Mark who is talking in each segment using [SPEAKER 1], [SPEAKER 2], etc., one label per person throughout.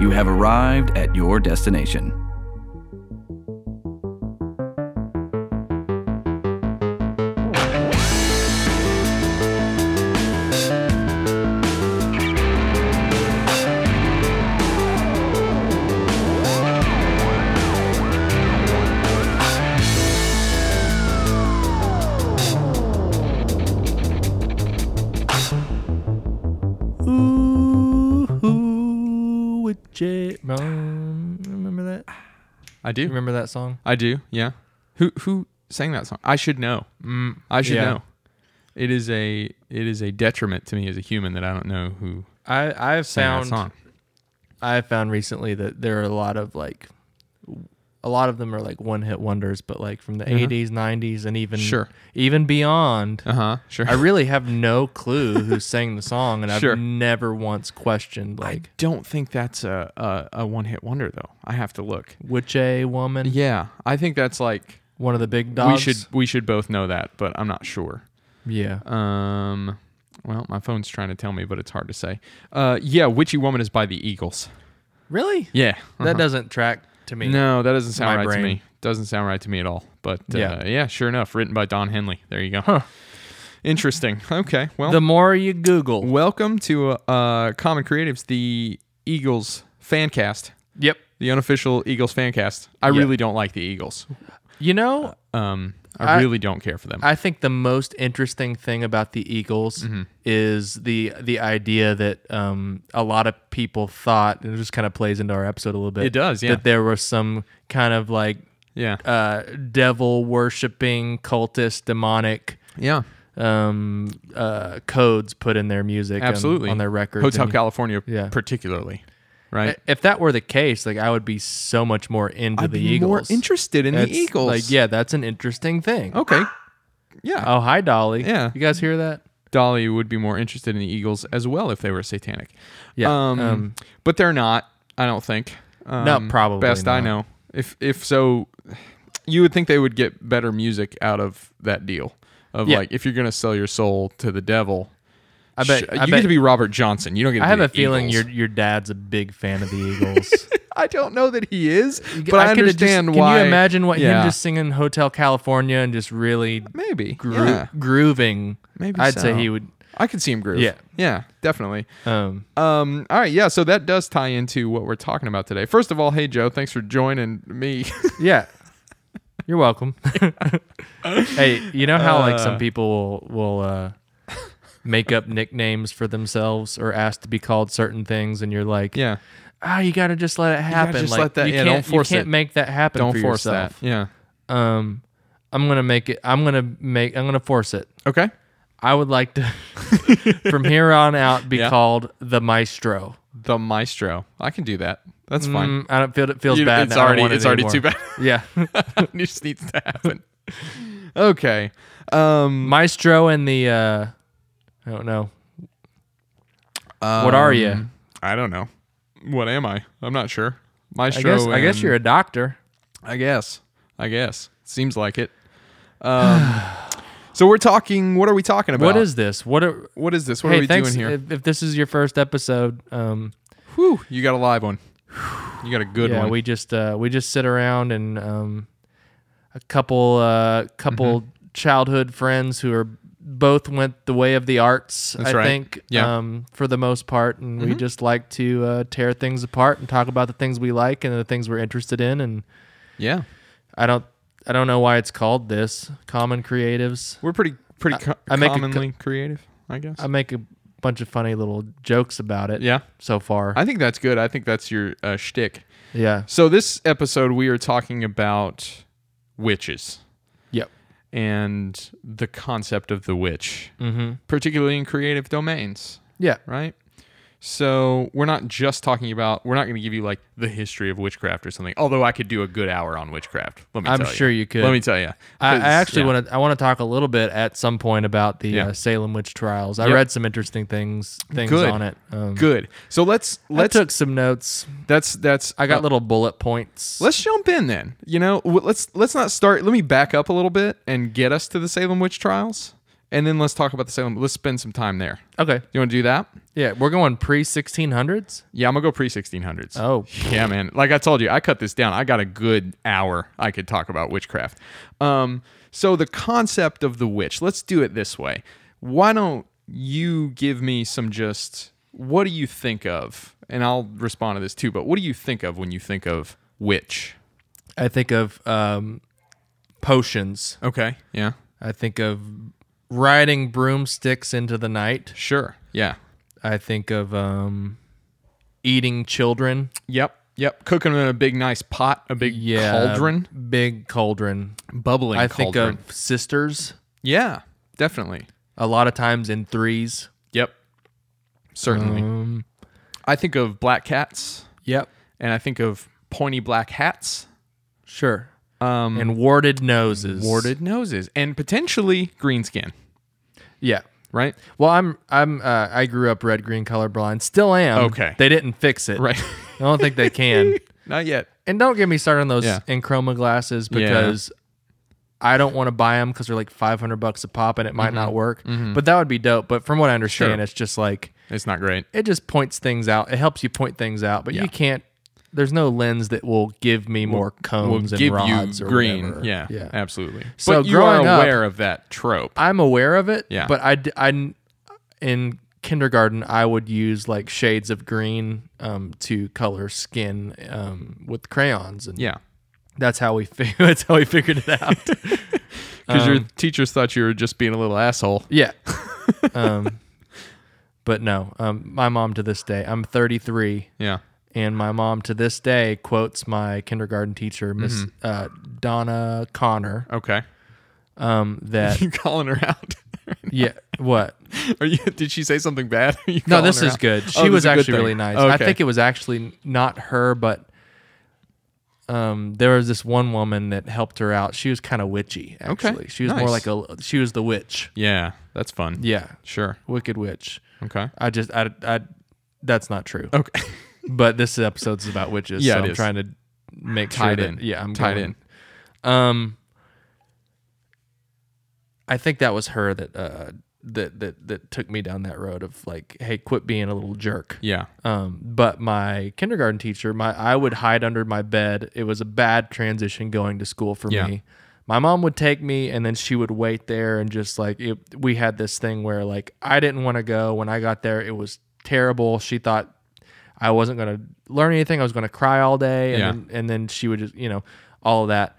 [SPEAKER 1] You have arrived at your destination.
[SPEAKER 2] Ooh, with J. Mom. Remember that?
[SPEAKER 3] I do.
[SPEAKER 2] You remember that song?
[SPEAKER 3] I do. Yeah. Who who sang that song? I should know.
[SPEAKER 2] Mm,
[SPEAKER 3] I should
[SPEAKER 2] yeah.
[SPEAKER 3] know. It is a it is a detriment to me as a human that I don't know who
[SPEAKER 2] I I've
[SPEAKER 3] sang
[SPEAKER 2] found
[SPEAKER 3] that song.
[SPEAKER 2] I have found recently that there are a lot of like a lot of them are like one hit wonders, but like from the
[SPEAKER 3] Uh-huh.
[SPEAKER 2] 80s, 90s, and even
[SPEAKER 3] Sure.
[SPEAKER 2] even beyond.
[SPEAKER 3] Uh huh. Sure.
[SPEAKER 2] I really have no clue who sang the song, and
[SPEAKER 3] Sure.
[SPEAKER 2] I've never once questioned
[SPEAKER 3] I
[SPEAKER 2] like
[SPEAKER 3] don't think that's a a, a one hit wonder though. I have to look.
[SPEAKER 2] which a woman,
[SPEAKER 3] Yeah, I think that's like
[SPEAKER 2] one of the big dogs.
[SPEAKER 3] we should we should both know that, but I'm not sure.
[SPEAKER 2] yeah.
[SPEAKER 3] Um, well, my phone's trying to tell me, but it's hard to say. Uh, yeah, Witchy Woman is by the Eagles.
[SPEAKER 2] Really?
[SPEAKER 3] Yeah,
[SPEAKER 2] That
[SPEAKER 3] uh-huh.
[SPEAKER 2] doesn't track to me.
[SPEAKER 3] No, that doesn't
[SPEAKER 2] My
[SPEAKER 3] sound right
[SPEAKER 2] brain.
[SPEAKER 3] to me. Doesn't sound right to me at all. But uh,
[SPEAKER 2] Yeah.
[SPEAKER 3] yeah. sure enough, written by Don Henley. There you go. Interesting. Okay. Well,
[SPEAKER 2] The more you Google.
[SPEAKER 3] welcome to uh, uh, Common Creatives, the Eagles fan cast,
[SPEAKER 2] Yep.
[SPEAKER 3] the unofficial Eagles fan cast. I
[SPEAKER 2] Yeah.
[SPEAKER 3] really don't like the Eagles.
[SPEAKER 2] You know,
[SPEAKER 3] Um, I,
[SPEAKER 2] I-
[SPEAKER 3] really don't care for them.
[SPEAKER 2] I think the most interesting thing about the Eagles
[SPEAKER 3] Mm-hmm.
[SPEAKER 2] is the the idea that um, a lot of people thought, and it just kind of plays into our episode a little bit.
[SPEAKER 3] It does, yeah.
[SPEAKER 2] That there was some kind of like
[SPEAKER 3] yeah.
[SPEAKER 2] uh, devil worshipping, cultist, demonic
[SPEAKER 3] yeah.
[SPEAKER 2] um, uh, codes put in their music, and
[SPEAKER 3] Absolutely.
[SPEAKER 2] on their records.
[SPEAKER 3] Hotel
[SPEAKER 2] and-
[SPEAKER 3] California,
[SPEAKER 2] Yeah. Eh,
[SPEAKER 3] particularly. Right.
[SPEAKER 2] If that were the case, like I would be so much more into
[SPEAKER 3] I'd
[SPEAKER 2] the
[SPEAKER 3] be
[SPEAKER 2] Eagles.
[SPEAKER 3] more interested in
[SPEAKER 2] That's,
[SPEAKER 3] the Eagles.
[SPEAKER 2] Like, yeah, that's an interesting thing.
[SPEAKER 3] Okay. Yeah.
[SPEAKER 2] Oh, hi, Dolly.
[SPEAKER 3] Yeah.
[SPEAKER 2] You guys hear that?
[SPEAKER 3] Dolly would be more interested in the Eagles as well if they were satanic.
[SPEAKER 2] Yeah,
[SPEAKER 3] Um,
[SPEAKER 2] um,
[SPEAKER 3] but they're not, I don't think.
[SPEAKER 2] No,
[SPEAKER 3] Um,
[SPEAKER 2] probably
[SPEAKER 3] Best I
[SPEAKER 2] not.
[SPEAKER 3] know. If if so you would think they would get better music out of that deal. Of
[SPEAKER 2] Yeah.
[SPEAKER 3] like if you're gonna sell your soul to the devil,
[SPEAKER 2] I bet.
[SPEAKER 3] sh-
[SPEAKER 2] I,
[SPEAKER 3] you
[SPEAKER 2] bet-
[SPEAKER 3] get to be Robert Johnson. You don't get to
[SPEAKER 2] I
[SPEAKER 3] be
[SPEAKER 2] have
[SPEAKER 3] the
[SPEAKER 2] a feeling
[SPEAKER 3] Eagles.
[SPEAKER 2] your your dad's a big fan of the Eagles.
[SPEAKER 3] I don't know that he is, but I,
[SPEAKER 2] could have just-
[SPEAKER 3] understand why
[SPEAKER 2] Can you imagine what
[SPEAKER 3] yeah,
[SPEAKER 2] him just singing "Hotel California" and just really
[SPEAKER 3] maybe
[SPEAKER 2] gro-
[SPEAKER 3] yeah,
[SPEAKER 2] grooving?
[SPEAKER 3] Maybe
[SPEAKER 2] I'd say
[SPEAKER 3] so.
[SPEAKER 2] he would.
[SPEAKER 3] I could see him groove.
[SPEAKER 2] Yeah.
[SPEAKER 3] Yeah, definitely.
[SPEAKER 2] Um,
[SPEAKER 3] Um, all right, yeah, so that does tie into what we're talking about today. First of all, hey Joe, thanks for joining me.
[SPEAKER 2] yeah. You're welcome. hey, you know how like some
[SPEAKER 3] Uh.
[SPEAKER 2] people will will uh, make up nicknames for themselves or ask to be called certain things, and you're like,
[SPEAKER 3] yeah.
[SPEAKER 2] ah, you gotta just let it happen.
[SPEAKER 3] just
[SPEAKER 2] like
[SPEAKER 3] let that-
[SPEAKER 2] you
[SPEAKER 3] yeah,
[SPEAKER 2] can't,
[SPEAKER 3] don't force
[SPEAKER 2] you can't
[SPEAKER 3] it.
[SPEAKER 2] make that happen.
[SPEAKER 3] Don't
[SPEAKER 2] for
[SPEAKER 3] force
[SPEAKER 2] yourself.
[SPEAKER 3] that. Yeah.
[SPEAKER 2] Um, I'm gonna make it. I'm gonna make. I'm gonna force it.
[SPEAKER 3] Okay.
[SPEAKER 2] I would like to, from here on out, be
[SPEAKER 3] Yeah.
[SPEAKER 2] called the maestro.
[SPEAKER 3] The maestro. I can do that. That's fine.
[SPEAKER 2] Mm, I don't feel it feels
[SPEAKER 3] You-
[SPEAKER 2] bad.
[SPEAKER 3] It's
[SPEAKER 2] now. I don't
[SPEAKER 3] already
[SPEAKER 2] want it
[SPEAKER 3] it's already too
[SPEAKER 2] anymore.
[SPEAKER 3] bad.
[SPEAKER 2] Yeah,
[SPEAKER 3] it just needs to happen. Okay. Um,
[SPEAKER 2] maestro and the. Uh, I don't know.
[SPEAKER 3] What
[SPEAKER 2] are
[SPEAKER 3] Um,
[SPEAKER 2] you?
[SPEAKER 3] I don't know. What am I? I'm not sure.
[SPEAKER 2] I
[SPEAKER 3] Maestro.
[SPEAKER 2] guess. I guess you're a doctor.
[SPEAKER 3] I guess. I guess. Seems like it. Um, so we're talking. What are we talking about?
[SPEAKER 2] What is this? What are?
[SPEAKER 3] What is this? What
[SPEAKER 2] hey,
[SPEAKER 3] are we
[SPEAKER 2] thanks. uh,
[SPEAKER 3] doing here?
[SPEAKER 2] If, if this is your first episode, um,
[SPEAKER 3] Whew, you got a live one. You got a good
[SPEAKER 2] yeah,
[SPEAKER 3] one.
[SPEAKER 2] we just uh, we just sit around and um, a couple uh, couple
[SPEAKER 3] Mm-hmm.
[SPEAKER 2] childhood friends who are both went the way of the arts.
[SPEAKER 3] That's
[SPEAKER 2] I
[SPEAKER 3] right.
[SPEAKER 2] think,
[SPEAKER 3] Yeah. Mm-hmm.
[SPEAKER 2] um, for the most part, and we just like to uh, tear things apart and talk about the things we like and the things we're interested in. And
[SPEAKER 3] yeah.
[SPEAKER 2] I don't I don't know why it's called this Common Creatives.
[SPEAKER 3] We're pretty pretty co-
[SPEAKER 2] I make a co-
[SPEAKER 3] commonly creative, I guess.
[SPEAKER 2] I make a bunch of funny little jokes about it.
[SPEAKER 3] yeah.
[SPEAKER 2] so far.
[SPEAKER 3] I think that's good. I think that's your uh, shtick.
[SPEAKER 2] yeah.
[SPEAKER 3] So this episode we are talking about witches
[SPEAKER 2] Yep.
[SPEAKER 3] and the concept of the witch,
[SPEAKER 2] Mm-hmm.
[SPEAKER 3] particularly in creative domains,
[SPEAKER 2] Yeah.
[SPEAKER 3] right? So we're not just talking about we're not going to give you like the history of witchcraft or something. Although I could do a good hour on witchcraft. Let me
[SPEAKER 2] I'm
[SPEAKER 3] tell you.
[SPEAKER 2] sure you could.
[SPEAKER 3] Let me tell you.
[SPEAKER 2] I, I actually want to. I want to talk a little bit at some point about the
[SPEAKER 3] Yeah.
[SPEAKER 2] uh, Salem witch trials. I
[SPEAKER 3] Yep.
[SPEAKER 2] read some interesting things things
[SPEAKER 3] Good.
[SPEAKER 2] on it. Um,
[SPEAKER 3] Mm-hmm. Good. So let's
[SPEAKER 2] I
[SPEAKER 3] let's
[SPEAKER 2] took some notes.
[SPEAKER 3] that's that's
[SPEAKER 2] I got
[SPEAKER 3] uh,
[SPEAKER 2] little bullet points.
[SPEAKER 3] Let's jump in then. You know, w- let's let's not start. Let me back up a little bit and get us to the Salem witch trials, and then let's talk about the Salem. Let's spend some time there.
[SPEAKER 2] Okay.
[SPEAKER 3] You want to do that?
[SPEAKER 2] Yeah, we're going pre 1600s.
[SPEAKER 3] Yeah, I'm gonna go pre 1600s.
[SPEAKER 2] Oh.
[SPEAKER 3] yeah, man. Like I told you, I cut this down. I got a good hour I could talk about witchcraft. Um, so the concept of the witch. Let's do it this way. Why don't you give me some just what do you think of? And I'll respond to this too. But what do you think of when you think of witch?
[SPEAKER 2] I think of um, potions.
[SPEAKER 3] Okay. Yeah.
[SPEAKER 2] I think of riding broomsticks into the night.
[SPEAKER 3] Sure. Yeah.
[SPEAKER 2] I think of um, eating children.
[SPEAKER 3] Yep. Yep. Cooking in a big nice pot, a big
[SPEAKER 2] Yeah.
[SPEAKER 3] cauldron,
[SPEAKER 2] Big cauldron.
[SPEAKER 3] bubbling.
[SPEAKER 2] I think
[SPEAKER 3] cauldron.
[SPEAKER 2] of sisters.
[SPEAKER 3] yeah, definitely.
[SPEAKER 2] A lot of times in threes.
[SPEAKER 3] Yep. Certainly.
[SPEAKER 2] Um,
[SPEAKER 3] I think of black cats
[SPEAKER 2] yep.
[SPEAKER 3] and I think of pointy black hats,
[SPEAKER 2] Sure.
[SPEAKER 3] um,
[SPEAKER 2] And warded noses.
[SPEAKER 3] warded noses, and potentially green skin,
[SPEAKER 2] Yeah.
[SPEAKER 3] right?
[SPEAKER 2] Well, I'm I'm uh, I grew up red green colorblind. Still am.
[SPEAKER 3] Okay.
[SPEAKER 2] They didn't fix it.
[SPEAKER 3] Right.
[SPEAKER 2] I don't think they can.
[SPEAKER 3] Not yet.
[SPEAKER 2] And don't get me started on those
[SPEAKER 3] Yeah.
[SPEAKER 2] in chroma glasses
[SPEAKER 3] Yeah.
[SPEAKER 2] because I don't want to buy them because they're like 500 bucks a pop and it might not work. But that would be dope. But from what I understand,
[SPEAKER 3] Mm-hmm. Sure.
[SPEAKER 2] it's just like
[SPEAKER 3] It's not great.
[SPEAKER 2] it just points things out. It helps you point things out, but
[SPEAKER 3] Yeah.
[SPEAKER 2] you can't. There's no lens that will give me more cones and rods or
[SPEAKER 3] green.
[SPEAKER 2] whatever.
[SPEAKER 3] Yeah,
[SPEAKER 2] yeah.
[SPEAKER 3] absolutely.
[SPEAKER 2] So
[SPEAKER 3] but you are
[SPEAKER 2] growing up-
[SPEAKER 3] aware of that trope.
[SPEAKER 2] I'm aware of it.
[SPEAKER 3] Yeah.
[SPEAKER 2] But I, d- I- in kindergarten I would use like shades of green um, to color skin um, with crayons and
[SPEAKER 3] Yeah.
[SPEAKER 2] that's how we fi- that's how we figured it out.
[SPEAKER 3] Because your teachers thought you were just being a little asshole.
[SPEAKER 2] yeah. Um, but no, um, my mom to this day. I'm 33.
[SPEAKER 3] Yeah.
[SPEAKER 2] and my mom to this day quotes my kindergarten teacher, Miss
[SPEAKER 3] Mm-hmm.
[SPEAKER 2] uh, Donna Connor,
[SPEAKER 3] Okay.
[SPEAKER 2] um, that
[SPEAKER 3] You calling her out?
[SPEAKER 2] yeah, what?
[SPEAKER 3] Are you? Did she say something bad? Are you
[SPEAKER 2] No,
[SPEAKER 3] calling
[SPEAKER 2] this
[SPEAKER 3] her
[SPEAKER 2] is
[SPEAKER 3] out?
[SPEAKER 2] good.
[SPEAKER 3] Oh,
[SPEAKER 2] She
[SPEAKER 3] this
[SPEAKER 2] was
[SPEAKER 3] is a good
[SPEAKER 2] actually
[SPEAKER 3] thing.
[SPEAKER 2] really nice. I
[SPEAKER 3] Okay.
[SPEAKER 2] think it was actually not her, but um, there was this one woman that helped her out. She was kind of witchy,
[SPEAKER 3] Okay,
[SPEAKER 2] actually. She was more like
[SPEAKER 3] nice.
[SPEAKER 2] a she was the witch.
[SPEAKER 3] Yeah, that's fun.
[SPEAKER 2] Yeah,
[SPEAKER 3] Sure.
[SPEAKER 2] wicked witch.
[SPEAKER 3] Okay.
[SPEAKER 2] I just I I that's not true.
[SPEAKER 3] Okay.
[SPEAKER 2] But this episode's about witches.
[SPEAKER 3] Yeah,
[SPEAKER 2] so
[SPEAKER 3] it
[SPEAKER 2] I'm
[SPEAKER 3] is.
[SPEAKER 2] trying to make
[SPEAKER 3] Tied
[SPEAKER 2] sure
[SPEAKER 3] in.
[SPEAKER 2] that yeah, I'm
[SPEAKER 3] Tied
[SPEAKER 2] going- Um, I think that was her that uh, that that that took me down that road of like, hey, quit being a little jerk.
[SPEAKER 3] Yeah.
[SPEAKER 2] Um, but my kindergarten teacher, my I would hide under my bed. It was a bad transition going to school for
[SPEAKER 3] Yeah.
[SPEAKER 2] me. My mom would take me, and then she would wait there, and just like it, we had this thing where like I didn't want to go. When I got there, it was terrible. She thought I wasn't going to learn anything. I was going to cry all day, and
[SPEAKER 3] Yeah.
[SPEAKER 2] then, and then she would just you know all of that.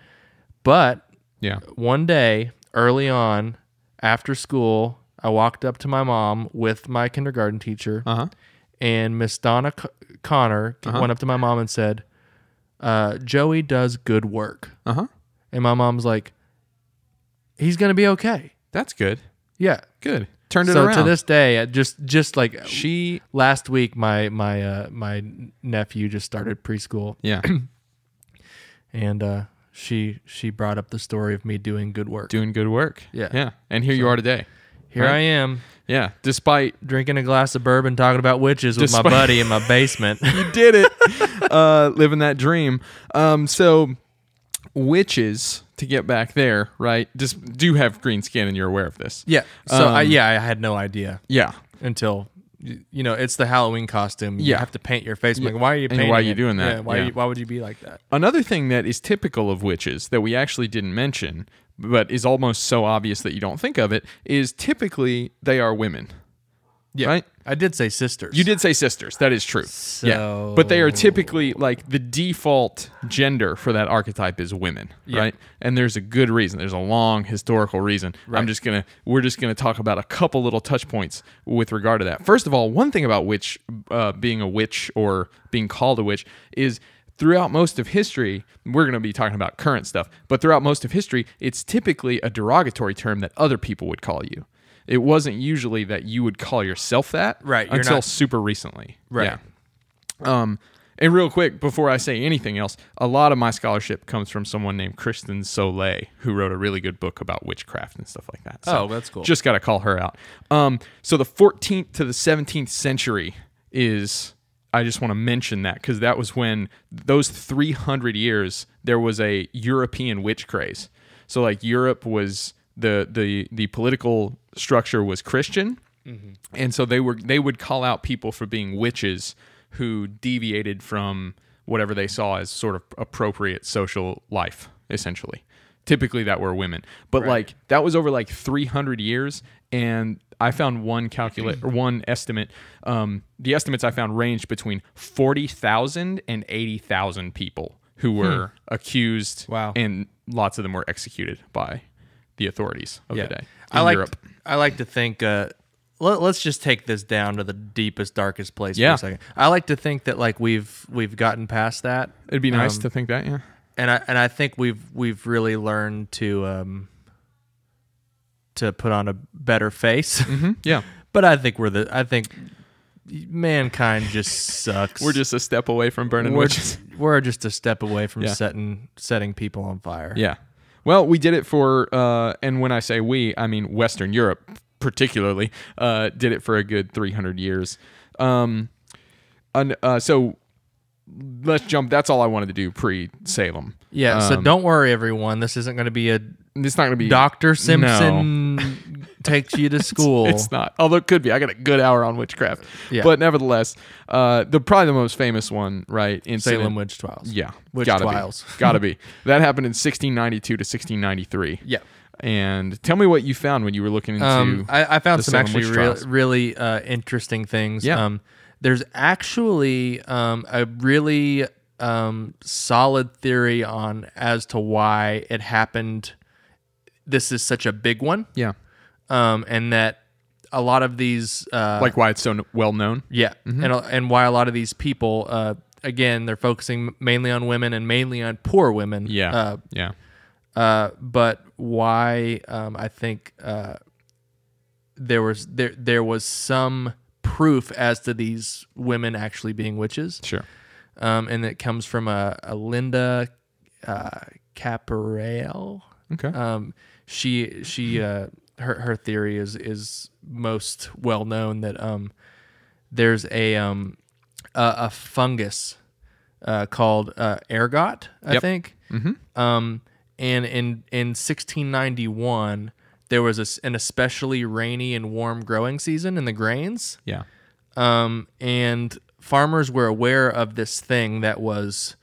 [SPEAKER 2] But
[SPEAKER 3] Yeah.
[SPEAKER 2] one day early on after school, I walked up to my mom with my kindergarten teacher
[SPEAKER 3] Uh huh.
[SPEAKER 2] and Miss Donna C- Connor
[SPEAKER 3] Uh-huh.
[SPEAKER 2] went up to my mom and said, uh, "Joey does good work,"
[SPEAKER 3] Uh huh.
[SPEAKER 2] and my mom's like, "He's gonna be okay."
[SPEAKER 3] That's good.
[SPEAKER 2] Yeah.
[SPEAKER 3] Good. Turned it
[SPEAKER 2] So
[SPEAKER 3] around.
[SPEAKER 2] to this day, I just just like
[SPEAKER 3] she.
[SPEAKER 2] last week, my my uh, my nephew just started preschool,
[SPEAKER 3] Yeah.
[SPEAKER 2] and uh, she she brought up the story of me doing good work.
[SPEAKER 3] Doing good work.
[SPEAKER 2] Yeah.
[SPEAKER 3] Yeah. And here you are today.
[SPEAKER 2] Here I am
[SPEAKER 3] Yeah. Despite
[SPEAKER 2] drinking a glass of bourbon, talking about witches with my
[SPEAKER 3] Despite-
[SPEAKER 2] buddy in my basement.
[SPEAKER 3] you did it, uh, living that dream. Um, so witches to get back there, right? Just do have green skin, and you're aware of this.
[SPEAKER 2] yeah. So I,
[SPEAKER 3] Um,
[SPEAKER 2] yeah, I had no idea.
[SPEAKER 3] Yeah.
[SPEAKER 2] until y- you know it's the Halloween costume. You
[SPEAKER 3] Yeah.
[SPEAKER 2] have to paint your face. I'm Like, why are you
[SPEAKER 3] And why
[SPEAKER 2] painting?
[SPEAKER 3] are you
[SPEAKER 2] it?
[SPEAKER 3] doing that?
[SPEAKER 2] Yeah, why?
[SPEAKER 3] Yeah.
[SPEAKER 2] You, why would you be like that?
[SPEAKER 3] Another thing that is typical of witches that we actually didn't mention, but is almost so obvious that you don't think of it, is typically they are women.
[SPEAKER 2] Yeah,
[SPEAKER 3] Right?
[SPEAKER 2] I did say sisters.
[SPEAKER 3] You did say sisters. That is true.
[SPEAKER 2] So-
[SPEAKER 3] But they are typically like the default gender for that archetype is women, right? And there's a good reason. There's a long historical reason. I'm just going to we're just going to talk about a couple little touch points with regard to that. First of all, one thing about witch uh, being a witch or being called a witch is throughout most of history, we're going to be talking about current stuff, but throughout most of history, it's typically a derogatory term that other people would call you. It wasn't usually that you would call yourself that
[SPEAKER 2] Right, you're
[SPEAKER 3] until
[SPEAKER 2] not-
[SPEAKER 3] super recently.
[SPEAKER 2] Right.
[SPEAKER 3] Yeah. Um, and real quick, before I say anything else, a lot of my scholarship comes from someone named Kristen Soleil, who wrote a really good book about witchcraft and stuff like that.
[SPEAKER 2] Oh, that's cool.
[SPEAKER 3] Just got to call her out. Um, so the 14th to the 17th century is, I just want to mention that because that was when those 300 years there was a European witch craze. So like Europe was the the the political structure was Christian, and so they were they would call out people for being witches who deviated from whatever they saw as sort of appropriate social life, essentially. Typically, that were women, but like that was over like 300 years, and I found one calculate or one estimate. Um, the estimates I found ranged between 40,000 and 80,000 people who were accused
[SPEAKER 4] Wow.
[SPEAKER 3] and lots of them were executed by the authorities of
[SPEAKER 4] Yeah.
[SPEAKER 3] the day in
[SPEAKER 2] I like
[SPEAKER 3] Europe.
[SPEAKER 2] I like to think. Uh, let, us just take this down to the deepest, darkest place
[SPEAKER 3] Yeah.
[SPEAKER 2] for a second. I like to think that like we've we've gotten past that,
[SPEAKER 3] It'd be nice
[SPEAKER 2] Um,
[SPEAKER 3] to think that, yeah.
[SPEAKER 2] and I and I think we've we've really learned to um to put on a better face.
[SPEAKER 3] Yeah.
[SPEAKER 2] But I think we're the I think mankind just sucks.
[SPEAKER 3] We're just a step away from burning
[SPEAKER 2] we're,
[SPEAKER 3] witches.
[SPEAKER 2] we're just a step away from
[SPEAKER 3] Yeah.
[SPEAKER 2] setting setting people on fire.
[SPEAKER 3] Yeah. Well, we did it for, uh, and when I say we, I mean Western Europe particularly, uh, did it for a good 300 years. Um, and, uh, so let's jump. That's all I wanted to do pre Salem.
[SPEAKER 2] Yeah, so
[SPEAKER 3] Um,
[SPEAKER 2] don't worry, everyone. This isn't going to be a
[SPEAKER 3] It's not going to be.
[SPEAKER 2] Doctor Simpson takes you to school.
[SPEAKER 3] It's not. Although it could be. I got a good hour on witchcraft.
[SPEAKER 2] Yeah.
[SPEAKER 3] But nevertheless, uh, the probably the most famous one, right? In
[SPEAKER 2] Salem witch trials.
[SPEAKER 3] Yeah.
[SPEAKER 2] Witch
[SPEAKER 3] gotta
[SPEAKER 2] trials.
[SPEAKER 3] Be. Gotta be. That happened in 1692 to 1693.
[SPEAKER 2] Yeah.
[SPEAKER 3] And tell me what you found when you were looking into.
[SPEAKER 2] Um, I, I
[SPEAKER 3] the
[SPEAKER 2] found some
[SPEAKER 3] Salem
[SPEAKER 2] actually
[SPEAKER 3] witch
[SPEAKER 2] real,
[SPEAKER 3] trials.
[SPEAKER 2] really uh, interesting things.
[SPEAKER 3] Yeah.
[SPEAKER 2] Um, there's actually um, a really um, solid theory on as to why it happened. This is such a big one,
[SPEAKER 3] yeah.
[SPEAKER 2] um, and that a lot of these uh,
[SPEAKER 3] Like why it's so kn- well known.
[SPEAKER 2] Yeah, and and why a lot of these people, uh, again, they're focusing mainly on women and mainly on poor women.
[SPEAKER 3] Yeah. yeah.
[SPEAKER 2] Uh, uh, but why? Um, I think uh, there was there there was some proof as to these women actually being witches,
[SPEAKER 3] Sure.
[SPEAKER 2] um, and it comes from a, a Linda uh, Caparel.
[SPEAKER 3] Okay.
[SPEAKER 2] Um, she she uh, her her theory is is most well known that um, there's a um, a, a fungus uh, called uh, ergot, I
[SPEAKER 3] Yep.
[SPEAKER 2] think. Mm-hmm. Um, and in in 1691, there was a s an especially rainy and warm growing season in the grains
[SPEAKER 3] yeah.
[SPEAKER 2] um, and farmers were aware of this thing that was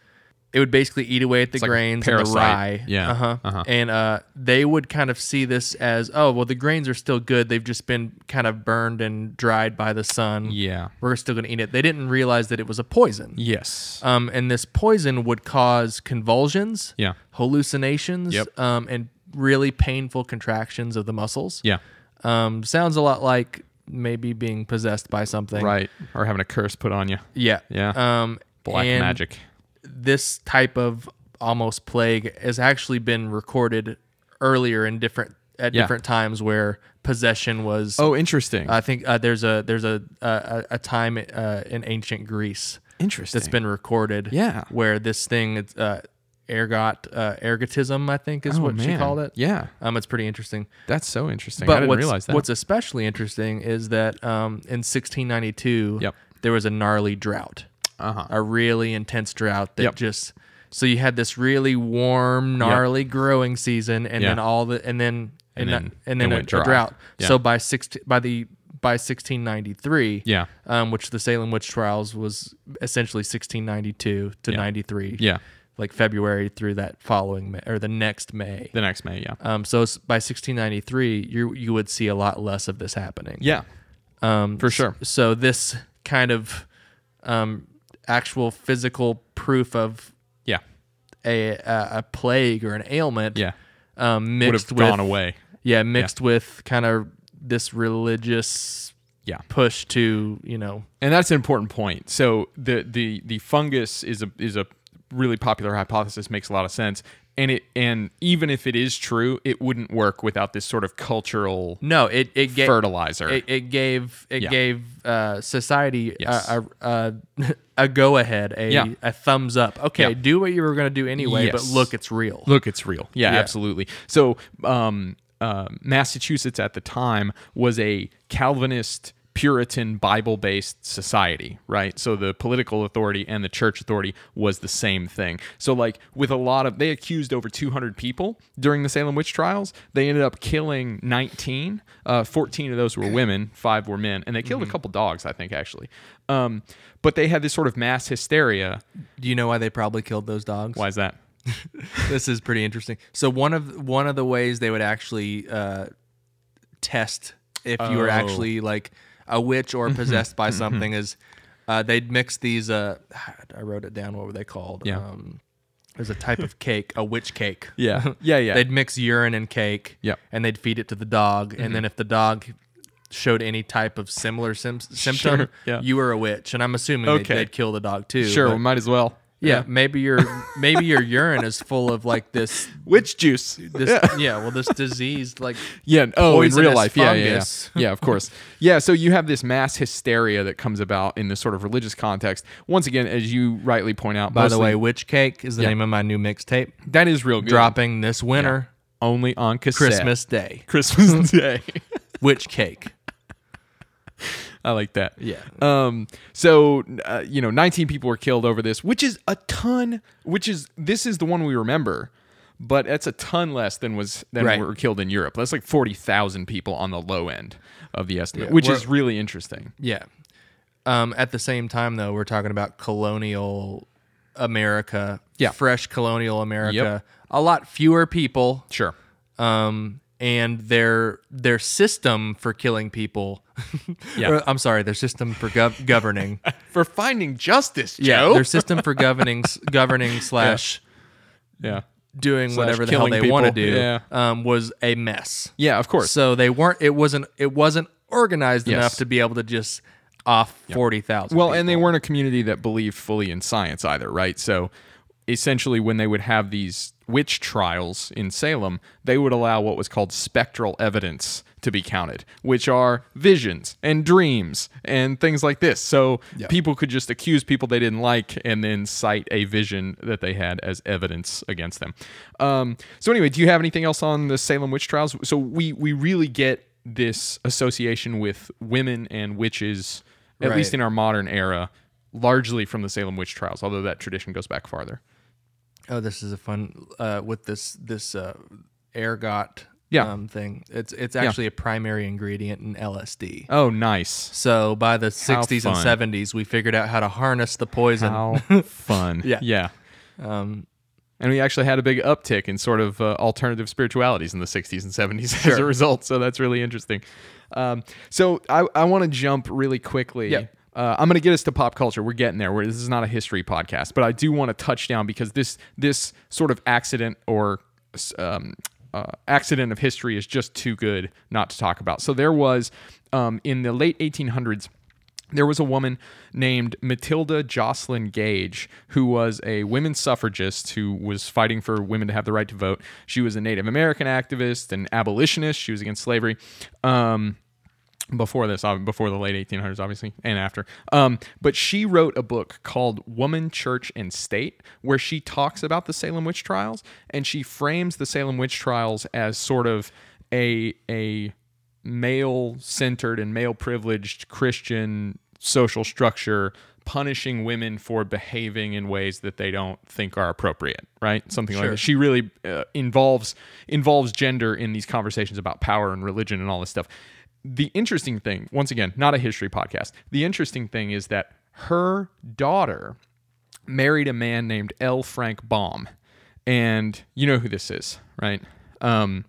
[SPEAKER 2] it would basically eat away at the
[SPEAKER 3] like a
[SPEAKER 2] grains and the
[SPEAKER 3] parasite.
[SPEAKER 2] rye
[SPEAKER 3] Yeah.
[SPEAKER 2] uh-huh.
[SPEAKER 3] Uh-huh.
[SPEAKER 2] and uh, they would kind of see this as oh well the grains are still good they've just been kind of burned and dried by the sun
[SPEAKER 3] Yeah.
[SPEAKER 2] we're still going to eat it they didn't realize that it was a poison
[SPEAKER 3] Yes.
[SPEAKER 2] um, and this poison would cause convulsions
[SPEAKER 3] Yeah.
[SPEAKER 2] hallucinations
[SPEAKER 3] Yep.
[SPEAKER 2] um, and really painful contractions of the muscles
[SPEAKER 3] yeah.
[SPEAKER 2] um, sounds a lot like maybe being possessed by something
[SPEAKER 3] Right. Or having a curse put on you.
[SPEAKER 2] yeah.
[SPEAKER 3] Yeah.
[SPEAKER 2] Um,
[SPEAKER 3] Black
[SPEAKER 2] and
[SPEAKER 3] magic.
[SPEAKER 2] This type of almost plague has actually been recorded earlier in different at
[SPEAKER 3] Yeah.
[SPEAKER 2] different times where possession was.
[SPEAKER 3] Oh, interesting.
[SPEAKER 2] I think uh, there's a there's a a, a time uh, in ancient Greece
[SPEAKER 3] interesting.
[SPEAKER 2] that's been recorded.
[SPEAKER 3] Yeah.
[SPEAKER 2] Where this thing, it's, uh, ergot uh, ergotism, I think is
[SPEAKER 3] Oh,
[SPEAKER 2] what she
[SPEAKER 3] man.
[SPEAKER 2] called it.
[SPEAKER 3] Yeah.
[SPEAKER 2] Um, it's pretty interesting.
[SPEAKER 3] That's so interesting. I
[SPEAKER 2] But
[SPEAKER 3] didn't
[SPEAKER 2] what's,
[SPEAKER 3] realize that.
[SPEAKER 2] what's especially interesting is that um, in 1692,
[SPEAKER 3] Yep.
[SPEAKER 2] there was a gnarly drought,
[SPEAKER 3] Uh-huh.
[SPEAKER 2] a really intense drought that
[SPEAKER 3] Yep.
[SPEAKER 2] just so you had this really warm, gnarly growing season, and
[SPEAKER 3] Yeah.
[SPEAKER 2] then all the and then and,
[SPEAKER 3] then
[SPEAKER 2] then, and
[SPEAKER 3] it
[SPEAKER 2] then a,
[SPEAKER 3] went
[SPEAKER 2] a
[SPEAKER 3] dry.
[SPEAKER 2] drought.
[SPEAKER 3] Yeah.
[SPEAKER 2] So by six by the by 1693,
[SPEAKER 3] Yeah.
[SPEAKER 2] um, which the Salem witch trials was essentially 1692 to 93,
[SPEAKER 3] Yeah.
[SPEAKER 2] like February through that following May, or the next May.
[SPEAKER 3] The next May. Yeah.
[SPEAKER 2] Um, so s- by 1693, you you would see a lot less of this happening.
[SPEAKER 3] Yeah.
[SPEAKER 2] um,
[SPEAKER 3] For sure.
[SPEAKER 2] s- So this kind of um, actual physical proof of
[SPEAKER 3] Yeah.
[SPEAKER 2] a a, a plague or an ailment,
[SPEAKER 3] Yeah.
[SPEAKER 2] um,
[SPEAKER 3] Would have
[SPEAKER 2] mixed with
[SPEAKER 3] gone away.
[SPEAKER 2] yeah, mixed with kind of this religious
[SPEAKER 3] Yeah.
[SPEAKER 2] push to you know
[SPEAKER 3] and that's an important point. So the the the fungus is a is a really popular hypothesis makes a lot of sense, and it and even if it is true, it wouldn't work without this sort of cultural
[SPEAKER 2] no it it gave
[SPEAKER 3] fertilizer.
[SPEAKER 2] it, it gave it
[SPEAKER 3] Yeah.
[SPEAKER 2] gave uh, society
[SPEAKER 3] Yes.
[SPEAKER 2] a, a, a, a go ahead a
[SPEAKER 3] Yeah.
[SPEAKER 2] a thumbs up okay
[SPEAKER 3] Yeah.
[SPEAKER 2] do what you were gonna do anyway but
[SPEAKER 3] Yes.
[SPEAKER 2] look it's real
[SPEAKER 3] Look, it's real. Yeah,
[SPEAKER 2] Yeah.
[SPEAKER 3] absolutely. So, um, uh, Massachusetts at the time was a Calvinist Puritan Bible based society, right? So the political authority and the church authority was the same thing. So, like, with a lot of, they accused over 200 people during the Salem witch trials. They ended up killing 19. Uh, 14 of those were women, five were men, and they killed a couple dogs, I think, actually. Um, but they had this sort of mass hysteria.
[SPEAKER 2] Do you know why they probably killed those dogs?
[SPEAKER 3] Why is that?
[SPEAKER 2] this is pretty interesting. So one of one of the ways they would actually uh, test if you
[SPEAKER 3] Oh.
[SPEAKER 2] were actually like a witch
[SPEAKER 3] Mm-hmm.
[SPEAKER 2] or possessed by something is uh, they'd mix these. Uh, I wrote it down. What were they called?
[SPEAKER 3] Yeah.
[SPEAKER 2] Um, there's a type of cake, a witch cake.
[SPEAKER 3] Yeah. Yeah. Yeah.
[SPEAKER 2] They'd mix urine and cake.
[SPEAKER 3] Yep.
[SPEAKER 2] And they'd feed it to the dog, and
[SPEAKER 3] Mm-hmm.
[SPEAKER 2] then if the dog showed any type of similar sim- symptom,
[SPEAKER 3] yeah.
[SPEAKER 2] you were a witch. And I'm assuming
[SPEAKER 3] Okay.
[SPEAKER 2] they'd, they'd kill the dog too.
[SPEAKER 3] sure.
[SPEAKER 2] but-
[SPEAKER 3] We might as well.
[SPEAKER 2] yeah, maybe your maybe your urine is full of like this
[SPEAKER 3] Witch juice.
[SPEAKER 2] this yeah, well this disease like
[SPEAKER 3] Yeah. Oh, in
[SPEAKER 2] poisonous
[SPEAKER 3] real life. Yeah, yeah, yeah.
[SPEAKER 2] fungus.
[SPEAKER 3] Yeah, of course. Yeah. So you have this mass hysteria that comes about in this sort of religious context. Once again, as you rightly point out,
[SPEAKER 2] by the
[SPEAKER 3] mostly-
[SPEAKER 2] way witch cake is the name of my new mixtape
[SPEAKER 3] that is real good.
[SPEAKER 2] dropping this winter
[SPEAKER 3] only on cassette.
[SPEAKER 2] christmas day
[SPEAKER 3] Christmas Day.
[SPEAKER 2] witch cake
[SPEAKER 3] I like that.
[SPEAKER 2] Yeah.
[SPEAKER 3] Um. So, uh, you know, 19 people were killed over this, which is a ton. Which is this is the one we remember, but that's a ton less than was than
[SPEAKER 2] Right.
[SPEAKER 3] were killed in Europe. That's like 40,000 people on the low end of the estimate, which
[SPEAKER 2] we're-
[SPEAKER 3] is really interesting.
[SPEAKER 2] yeah um at the same time though we're talking about colonial america
[SPEAKER 3] Yeah.
[SPEAKER 2] fresh colonial america a lot fewer people
[SPEAKER 3] Sure.
[SPEAKER 2] um, and their their system for killing people.
[SPEAKER 3] Yeah.
[SPEAKER 2] Or, I'm sorry, their system for gov- governing.
[SPEAKER 3] For finding justice, Joe.
[SPEAKER 2] their system for governing governing slash
[SPEAKER 3] Yeah.
[SPEAKER 2] doing whatever the hell
[SPEAKER 3] killing
[SPEAKER 2] they want to
[SPEAKER 3] people.
[SPEAKER 2] do
[SPEAKER 3] Yeah.
[SPEAKER 2] um, was a mess.
[SPEAKER 3] Yeah, of course.
[SPEAKER 2] So they weren't. It wasn't. It wasn't organized
[SPEAKER 3] Yes.
[SPEAKER 2] enough to be able to just off forty thousand.
[SPEAKER 3] well, and they weren't a community that believed fully in science either, right? So essentially when they would have these witch trials in Salem, they would allow what was called spectral evidence to be counted, which are visions and dreams and things like this. So people could just accuse people they didn't like and then cite a vision that they had as evidence against them. Um, so anyway, do you have anything else on the Salem witch trials? So we we really get this association with women and witches at
[SPEAKER 2] Right.
[SPEAKER 3] least in our modern era, largely from the Salem witch trials, although that tradition goes back farther.
[SPEAKER 2] Oh, this is a fun uh, with this this uh, ergot
[SPEAKER 3] Yeah.
[SPEAKER 2] um, thing. It's it's actually a primary ingredient in LSD.
[SPEAKER 3] Oh, nice.
[SPEAKER 2] So by the 60s and
[SPEAKER 3] fun.
[SPEAKER 2] 70s, we figured out how to harness the poison.
[SPEAKER 3] How fun.
[SPEAKER 2] Yeah.
[SPEAKER 3] Yeah.
[SPEAKER 2] Um,
[SPEAKER 3] And we actually had a big uptick in sort of uh, alternative spiritualities in the 60s and 70s as a
[SPEAKER 2] Sure.
[SPEAKER 3] result. So that's really interesting. Um, so I, I want to jump really quickly.
[SPEAKER 2] Yeah.
[SPEAKER 3] Uh, I'm going to get us to pop culture. We're getting there. We're, this is not a history podcast, but I do want to touch down because this this sort of accident or um, uh, accident of history is just too good not to talk about. So there was um, in the late 1800s there was a woman named Matilda Jocelyn Gage who was a women's suffragist who was fighting for women to have the right to vote. She was a Native American activist and abolitionist. She was against slavery. Um, before this, ob- before the late 1800s, obviously, and after. Um, but she wrote a book called Woman, Church, and State, where she talks about the Salem witch trials and she frames the Salem witch trials as sort of a a male centered and male privileged Christian social structure punishing women for behaving in ways that they don't think are appropriate right something like that she really uh, involves involves gender in these conversations about power and religion and all this stuff the interesting thing once again not a history podcast the interesting thing is that her daughter married a man named L. Frank Baum. And you know who this is, right? Um,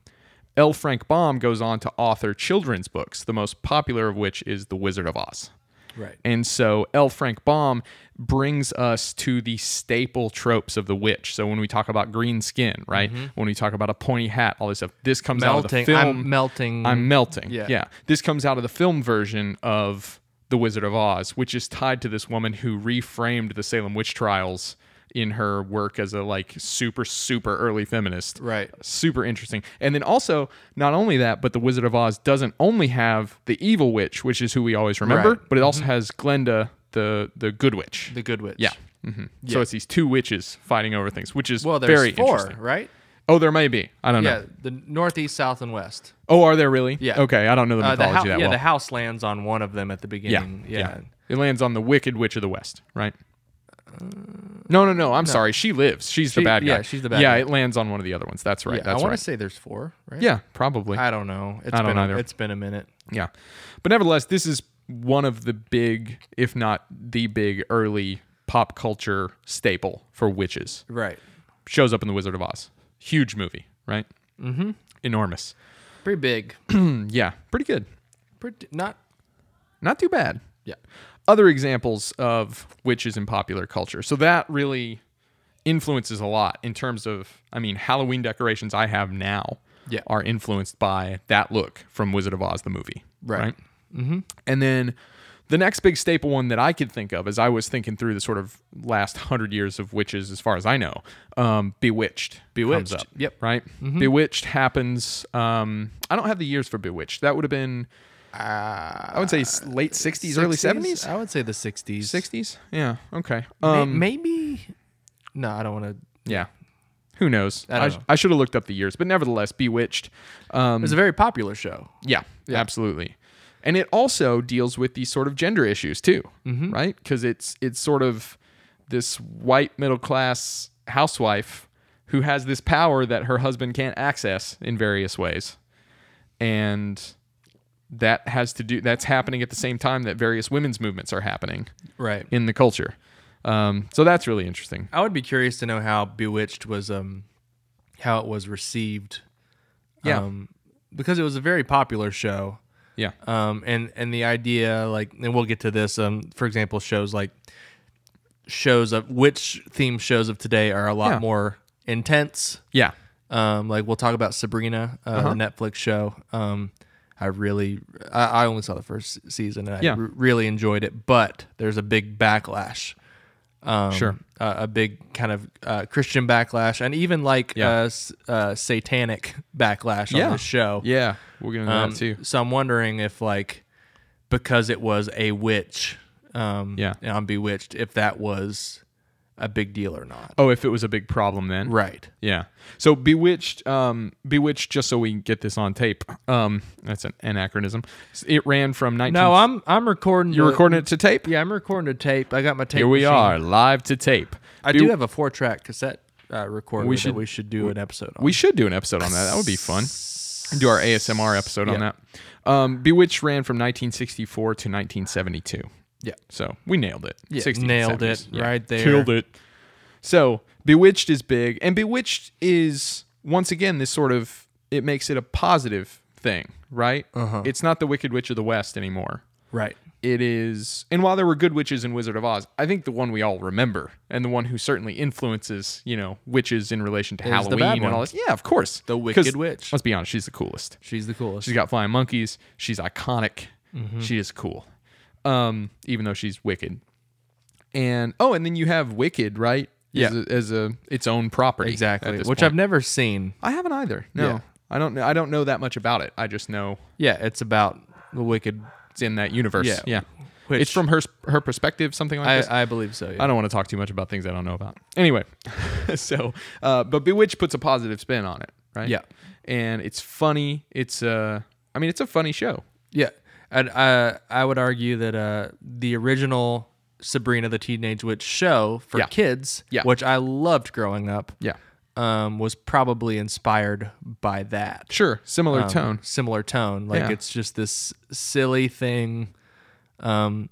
[SPEAKER 3] L. Frank Baum goes on to author children's books, the most popular of which is The Wizard of Oz.
[SPEAKER 2] right.
[SPEAKER 3] And so L. Frank Baum brings us to the staple tropes of the witch. So when we talk about green skin, right? When we talk about a pointy hat, all this stuff, this comes out
[SPEAKER 2] Mm-hmm.
[SPEAKER 3] of
[SPEAKER 2] Melting.
[SPEAKER 3] the film.
[SPEAKER 2] I'm melting.
[SPEAKER 3] I'm melting. Yeah.
[SPEAKER 2] Mm-hmm. Yeah.
[SPEAKER 3] This comes out of the film version of The Wizard of Oz, which is tied to this woman who reframed the Salem witch trials in her work as a like super super early feminist.
[SPEAKER 2] Right.
[SPEAKER 3] Super interesting. And then also, not only that, but The Wizard of Oz doesn't only have the evil witch, which is who we always remember,
[SPEAKER 2] Right. Mm-hmm.
[SPEAKER 3] but it also has Glenda, the the good witch. Mm-hmm.
[SPEAKER 2] the good witch.
[SPEAKER 3] yeah. hmm So it's these two witches fighting over things, which is
[SPEAKER 2] Well, there's
[SPEAKER 3] very
[SPEAKER 2] four,
[SPEAKER 3] interesting.
[SPEAKER 2] right?
[SPEAKER 3] Oh, there may be. I don't
[SPEAKER 2] Yeah,
[SPEAKER 3] know.
[SPEAKER 2] the northeast, south, and west.
[SPEAKER 3] Oh, are there really?
[SPEAKER 2] Yeah.
[SPEAKER 3] Okay, I don't know the
[SPEAKER 2] Uh, the
[SPEAKER 3] mythology
[SPEAKER 2] house, yeah,
[SPEAKER 3] that well.
[SPEAKER 2] the house lands on one of them at the beginning. Yeah,
[SPEAKER 3] It lands on the Wicked Witch of the West, right? No, no, no. I'm sorry. She lives. She's
[SPEAKER 2] Uh, She-
[SPEAKER 3] the bad guy.
[SPEAKER 2] yeah, she's the bad
[SPEAKER 3] Yeah,
[SPEAKER 2] guy.
[SPEAKER 3] it lands on one of the other ones. That's right.
[SPEAKER 2] Yeah, I
[SPEAKER 3] that's
[SPEAKER 2] want
[SPEAKER 3] right.
[SPEAKER 2] to say there's four, right?
[SPEAKER 3] Yeah, probably.
[SPEAKER 2] I don't know. It's
[SPEAKER 3] I don't
[SPEAKER 2] been
[SPEAKER 3] either.
[SPEAKER 2] A, it's been a minute.
[SPEAKER 3] yeah. But nevertheless, this is one of the big, if not the big, early pop culture staple for witches.
[SPEAKER 2] Right.
[SPEAKER 3] Shows up in The Wizard of Oz. Huge movie, right? Mm-hmm. Enormous.
[SPEAKER 2] Pretty big.
[SPEAKER 3] Mm, Yeah, pretty good.
[SPEAKER 2] Pretty not.
[SPEAKER 3] Not too bad.
[SPEAKER 2] Yeah.
[SPEAKER 3] other examples of witches in popular culture. So that really influences a lot in terms of, I mean, Halloween decorations I have now
[SPEAKER 2] Yeah.
[SPEAKER 3] are influenced by that look from Wizard of Oz, the movie.
[SPEAKER 2] Right. Mm-hmm.
[SPEAKER 3] And then the next big staple one that I could think of as I was thinking through the sort of last hundred years of witches, as far as I know, um, Bewitched. Bewitched. Comes up,
[SPEAKER 2] Yep. Mm-hmm.
[SPEAKER 3] Right. Bewitched happens. Um, I don't have the years for Bewitched. That would have been,
[SPEAKER 2] Uh,
[SPEAKER 3] I would say, s- late 60s, early 70s.
[SPEAKER 2] I would say the 60s.
[SPEAKER 3] 60s yeah okay
[SPEAKER 2] May-
[SPEAKER 3] um
[SPEAKER 2] maybe. No, I don't want to.
[SPEAKER 3] yeah who knows
[SPEAKER 2] I don't
[SPEAKER 3] i,
[SPEAKER 2] know.
[SPEAKER 3] should have looked up the years but nevertheless bewitched
[SPEAKER 2] It
[SPEAKER 3] um
[SPEAKER 2] was a very popular show.
[SPEAKER 3] yeah, absolutely and it also deals with these sort of gender issues too
[SPEAKER 2] Mm-hmm.
[SPEAKER 3] right because it's it's sort of this white middle class housewife who has this power that her husband can't access in various ways and that has to do that's happening at the same time that various women's movements are happening
[SPEAKER 2] Right.
[SPEAKER 3] in the culture um, so that's really interesting
[SPEAKER 2] I would be curious to know how Bewitched was um how it was received.
[SPEAKER 3] Yeah.
[SPEAKER 2] Um, because it was a very popular show.
[SPEAKER 3] yeah
[SPEAKER 2] um, and and the idea like and we'll get to this um, for example shows like shows of which theme shows of today are a lot
[SPEAKER 3] Yeah.
[SPEAKER 2] more intense
[SPEAKER 3] Yeah.
[SPEAKER 2] um, like we'll talk about sabrina uh,
[SPEAKER 3] Uh-huh.
[SPEAKER 2] the netflix show um, i really I, I only saw the first season and i
[SPEAKER 3] Yeah.
[SPEAKER 2] r- really enjoyed it but there's a big backlash um,
[SPEAKER 3] Sure.
[SPEAKER 2] a, a big kind of uh, christian backlash and even like
[SPEAKER 3] Yeah.
[SPEAKER 2] uh, s- uh, satanic backlash
[SPEAKER 3] Yeah.
[SPEAKER 2] on the show
[SPEAKER 3] Yeah. We're gonna
[SPEAKER 2] um, So I'm wondering if like because it was a witch, um,
[SPEAKER 3] Yeah.
[SPEAKER 2] and I'm bewitched, if that was a big deal or not.
[SPEAKER 3] Oh, if it was a big problem then.
[SPEAKER 2] Right.
[SPEAKER 3] Yeah. So Bewitched, um, Bewitched, just so we can get this on tape. Um, that's an anachronism. It ran from 19.
[SPEAKER 2] No, I'm I'm recording.
[SPEAKER 3] You're
[SPEAKER 2] the-
[SPEAKER 3] recording it to tape?
[SPEAKER 2] Yeah, I'm recording a tape. I got my tape.
[SPEAKER 3] Here we
[SPEAKER 2] machine.
[SPEAKER 3] are, live to tape.
[SPEAKER 2] I
[SPEAKER 3] Be-
[SPEAKER 2] do have a four track cassette uh, recorder
[SPEAKER 3] We
[SPEAKER 2] we should,
[SPEAKER 3] should-
[SPEAKER 2] that we should do an episode on.
[SPEAKER 3] We should do an episode on that. That would be fun. Do our ASMR episode on
[SPEAKER 2] Yeah.
[SPEAKER 3] that. Um, Bewitched ran from 1964 to 1972.
[SPEAKER 2] Yeah.
[SPEAKER 3] So we nailed it.
[SPEAKER 2] Yeah,
[SPEAKER 3] 60s,
[SPEAKER 2] nailed it
[SPEAKER 3] 70s.
[SPEAKER 2] right there.
[SPEAKER 3] Killed it. So Bewitched is big, and Bewitched is once again this sort of it makes it a positive thing, right? Uh-huh. It's not the Wicked Witch of the West anymore.
[SPEAKER 2] Right.
[SPEAKER 3] It is, and while there were good witches in Wizard of Oz, I think the one we all remember and the one who certainly influences, you know, witches in relation to
[SPEAKER 2] Is the bad
[SPEAKER 3] Halloween and
[SPEAKER 2] one.
[SPEAKER 3] all this. Yeah, of course,
[SPEAKER 2] The
[SPEAKER 3] 'Cause
[SPEAKER 2] Wicked Witch.
[SPEAKER 3] Let's be honest, she's the coolest.
[SPEAKER 2] She's the coolest.
[SPEAKER 3] She's got flying monkeys. She's iconic.
[SPEAKER 2] Mm-hmm.
[SPEAKER 3] She is cool. Um, even though she's wicked. And oh, and then you have Wicked, right?
[SPEAKER 2] Yeah.
[SPEAKER 3] As a, as a its own property.
[SPEAKER 2] exactly.
[SPEAKER 3] Which
[SPEAKER 2] Which I've never seen.
[SPEAKER 3] I haven't either. No.
[SPEAKER 2] Yeah.
[SPEAKER 3] I don't know I don't know that much about it. I just know
[SPEAKER 2] Yeah, it's about the wicked.
[SPEAKER 3] it's in that universe.
[SPEAKER 2] Yeah. Which-
[SPEAKER 3] It's from her her perspective, something like this.
[SPEAKER 2] I, I believe so. Yeah.
[SPEAKER 3] I don't want to talk too much about things I don't know about. Anyway, so uh, but Bewitched puts a positive spin on it, right?
[SPEAKER 2] Yeah.
[SPEAKER 3] And it's funny. It's uh I mean it's a funny show.
[SPEAKER 2] Yeah, and uh, I would argue that uh, the original Sabrina the Teenage Witch show for
[SPEAKER 3] Yeah.
[SPEAKER 2] kids,
[SPEAKER 3] Yeah.
[SPEAKER 2] which I loved growing up,
[SPEAKER 3] Yeah.
[SPEAKER 2] um, was probably inspired by that
[SPEAKER 3] Sure, similar
[SPEAKER 2] Um,
[SPEAKER 3] tone.
[SPEAKER 2] similar tone. Like
[SPEAKER 3] Yeah.
[SPEAKER 2] it's just this silly thing. Um,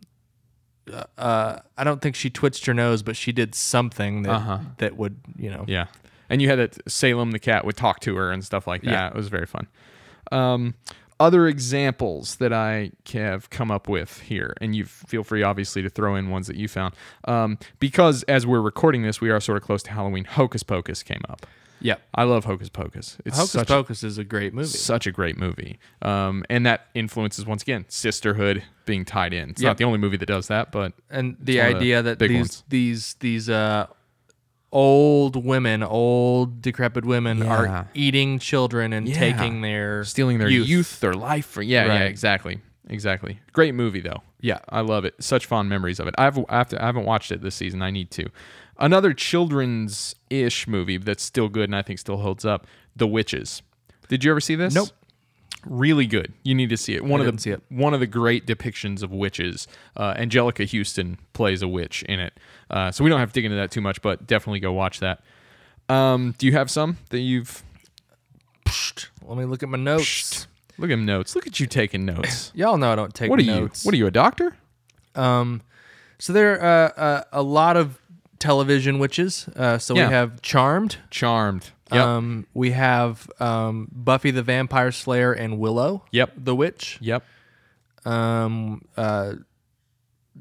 [SPEAKER 2] uh, I don't think she twitched her nose, but she did something that that would you know.
[SPEAKER 3] Uh-huh. Yeah, and you had that Salem the cat would talk to her and stuff like that. It was very fun. Um, other examples that I have come up with here, and you feel free, obviously, to throw in ones that you found, um, because as we're recording this, we are sort of close to Halloween. Hocus Pocus came up.
[SPEAKER 2] yeah.
[SPEAKER 3] I love Hocus Pocus. It's
[SPEAKER 2] Hocus
[SPEAKER 3] such
[SPEAKER 2] Pocus is a great movie.
[SPEAKER 3] such a great movie. Um, and that influences once again sisterhood being tied in. It's
[SPEAKER 2] Yeah.
[SPEAKER 3] not the only movie that does that, but
[SPEAKER 2] and the
[SPEAKER 3] one of the
[SPEAKER 2] idea that
[SPEAKER 3] big
[SPEAKER 2] these
[SPEAKER 3] ones.
[SPEAKER 2] these these uh old women old decrepit women
[SPEAKER 3] Yeah.
[SPEAKER 2] are eating children and
[SPEAKER 3] Yeah.
[SPEAKER 2] taking their
[SPEAKER 3] stealing their youth, their life. Or, yeah, yeah,
[SPEAKER 2] Right.
[SPEAKER 3] exactly, exactly. Great movie though. Yeah, I love it. Such fond memories of it. I've I, have to, I haven't watched it this season. I need to. Another children's ish movie that's still good and I think still holds up. The Witches. Did you ever see this?
[SPEAKER 2] Nope.
[SPEAKER 3] Really good. You need to see it. One of
[SPEAKER 2] didn't
[SPEAKER 3] the
[SPEAKER 2] see it.
[SPEAKER 3] one of the great depictions of witches. Uh, Angelica Houston plays a witch in it. Uh, so we don't have to dig into that too much, but definitely go watch that. Um, do you have some that you've
[SPEAKER 2] Let me look at my notes.
[SPEAKER 3] look at him notes? Look at you taking notes.
[SPEAKER 2] Y'all know I don't take
[SPEAKER 3] what are
[SPEAKER 2] notes.
[SPEAKER 3] you? What are you? A doctor?
[SPEAKER 2] Um, so there are uh, uh, a lot of television witches. Uh, so
[SPEAKER 3] Yeah.
[SPEAKER 2] we have Charmed.
[SPEAKER 3] Charmed. Yep.
[SPEAKER 2] Um, we have um, Buffy the Vampire Slayer and Willow.
[SPEAKER 3] Yep.
[SPEAKER 2] The witch.
[SPEAKER 3] yep.
[SPEAKER 2] Um, uh,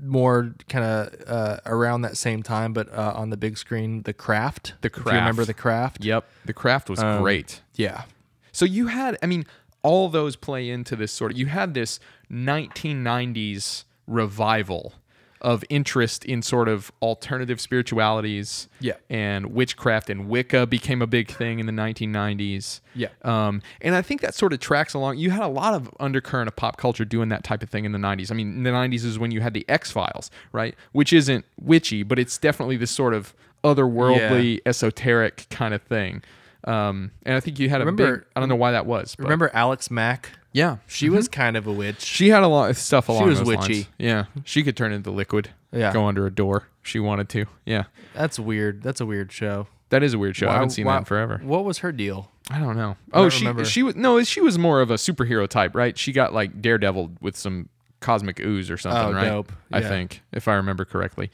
[SPEAKER 2] more kind of uh, around that same time, but uh, on the big screen, The Craft.
[SPEAKER 3] The
[SPEAKER 2] If you remember
[SPEAKER 3] Craft.
[SPEAKER 2] The Craft?
[SPEAKER 3] Yep. The craft was great.
[SPEAKER 2] Yeah.
[SPEAKER 3] So you had, I mean, all those play into this sort of, you had this 1990s revival of interest in sort of alternative spiritualities.
[SPEAKER 2] Yeah.
[SPEAKER 3] And witchcraft and Wicca became a big thing in the 1990s.
[SPEAKER 2] Yeah.
[SPEAKER 3] Um, and I think that sort of tracks along. You had a lot of undercurrent of pop culture doing that type of thing in the 90s. I mean, in the 90s is when you had the X Files, right? Which isn't witchy, but it's definitely this sort of otherworldly, esoteric kind of thing. Um, and I think you had a
[SPEAKER 2] Remember-
[SPEAKER 3] big, I don't know why that was. But
[SPEAKER 2] Remember Alex Mack?
[SPEAKER 3] Yeah.
[SPEAKER 2] She was kind of a witch.
[SPEAKER 3] She had a lot of stuff along
[SPEAKER 2] was
[SPEAKER 3] those lines.
[SPEAKER 2] witchy.
[SPEAKER 3] Yeah. She could turn into liquid.
[SPEAKER 2] Yeah.
[SPEAKER 3] Go under a door if she wanted to. Yeah.
[SPEAKER 2] That's weird. That's a weird show.
[SPEAKER 3] That is a weird show. I haven't seen
[SPEAKER 2] Why-
[SPEAKER 3] that in forever.
[SPEAKER 2] What was her deal?
[SPEAKER 3] I don't know. Oh,
[SPEAKER 2] don't
[SPEAKER 3] she
[SPEAKER 2] remember.
[SPEAKER 3] she was no, she was more of a superhero type, right? She got like daredevil with some cosmic ooze or something,
[SPEAKER 2] Oh,
[SPEAKER 3] right?
[SPEAKER 2] dope.
[SPEAKER 3] I
[SPEAKER 2] Yeah.
[SPEAKER 3] think, if I remember correctly.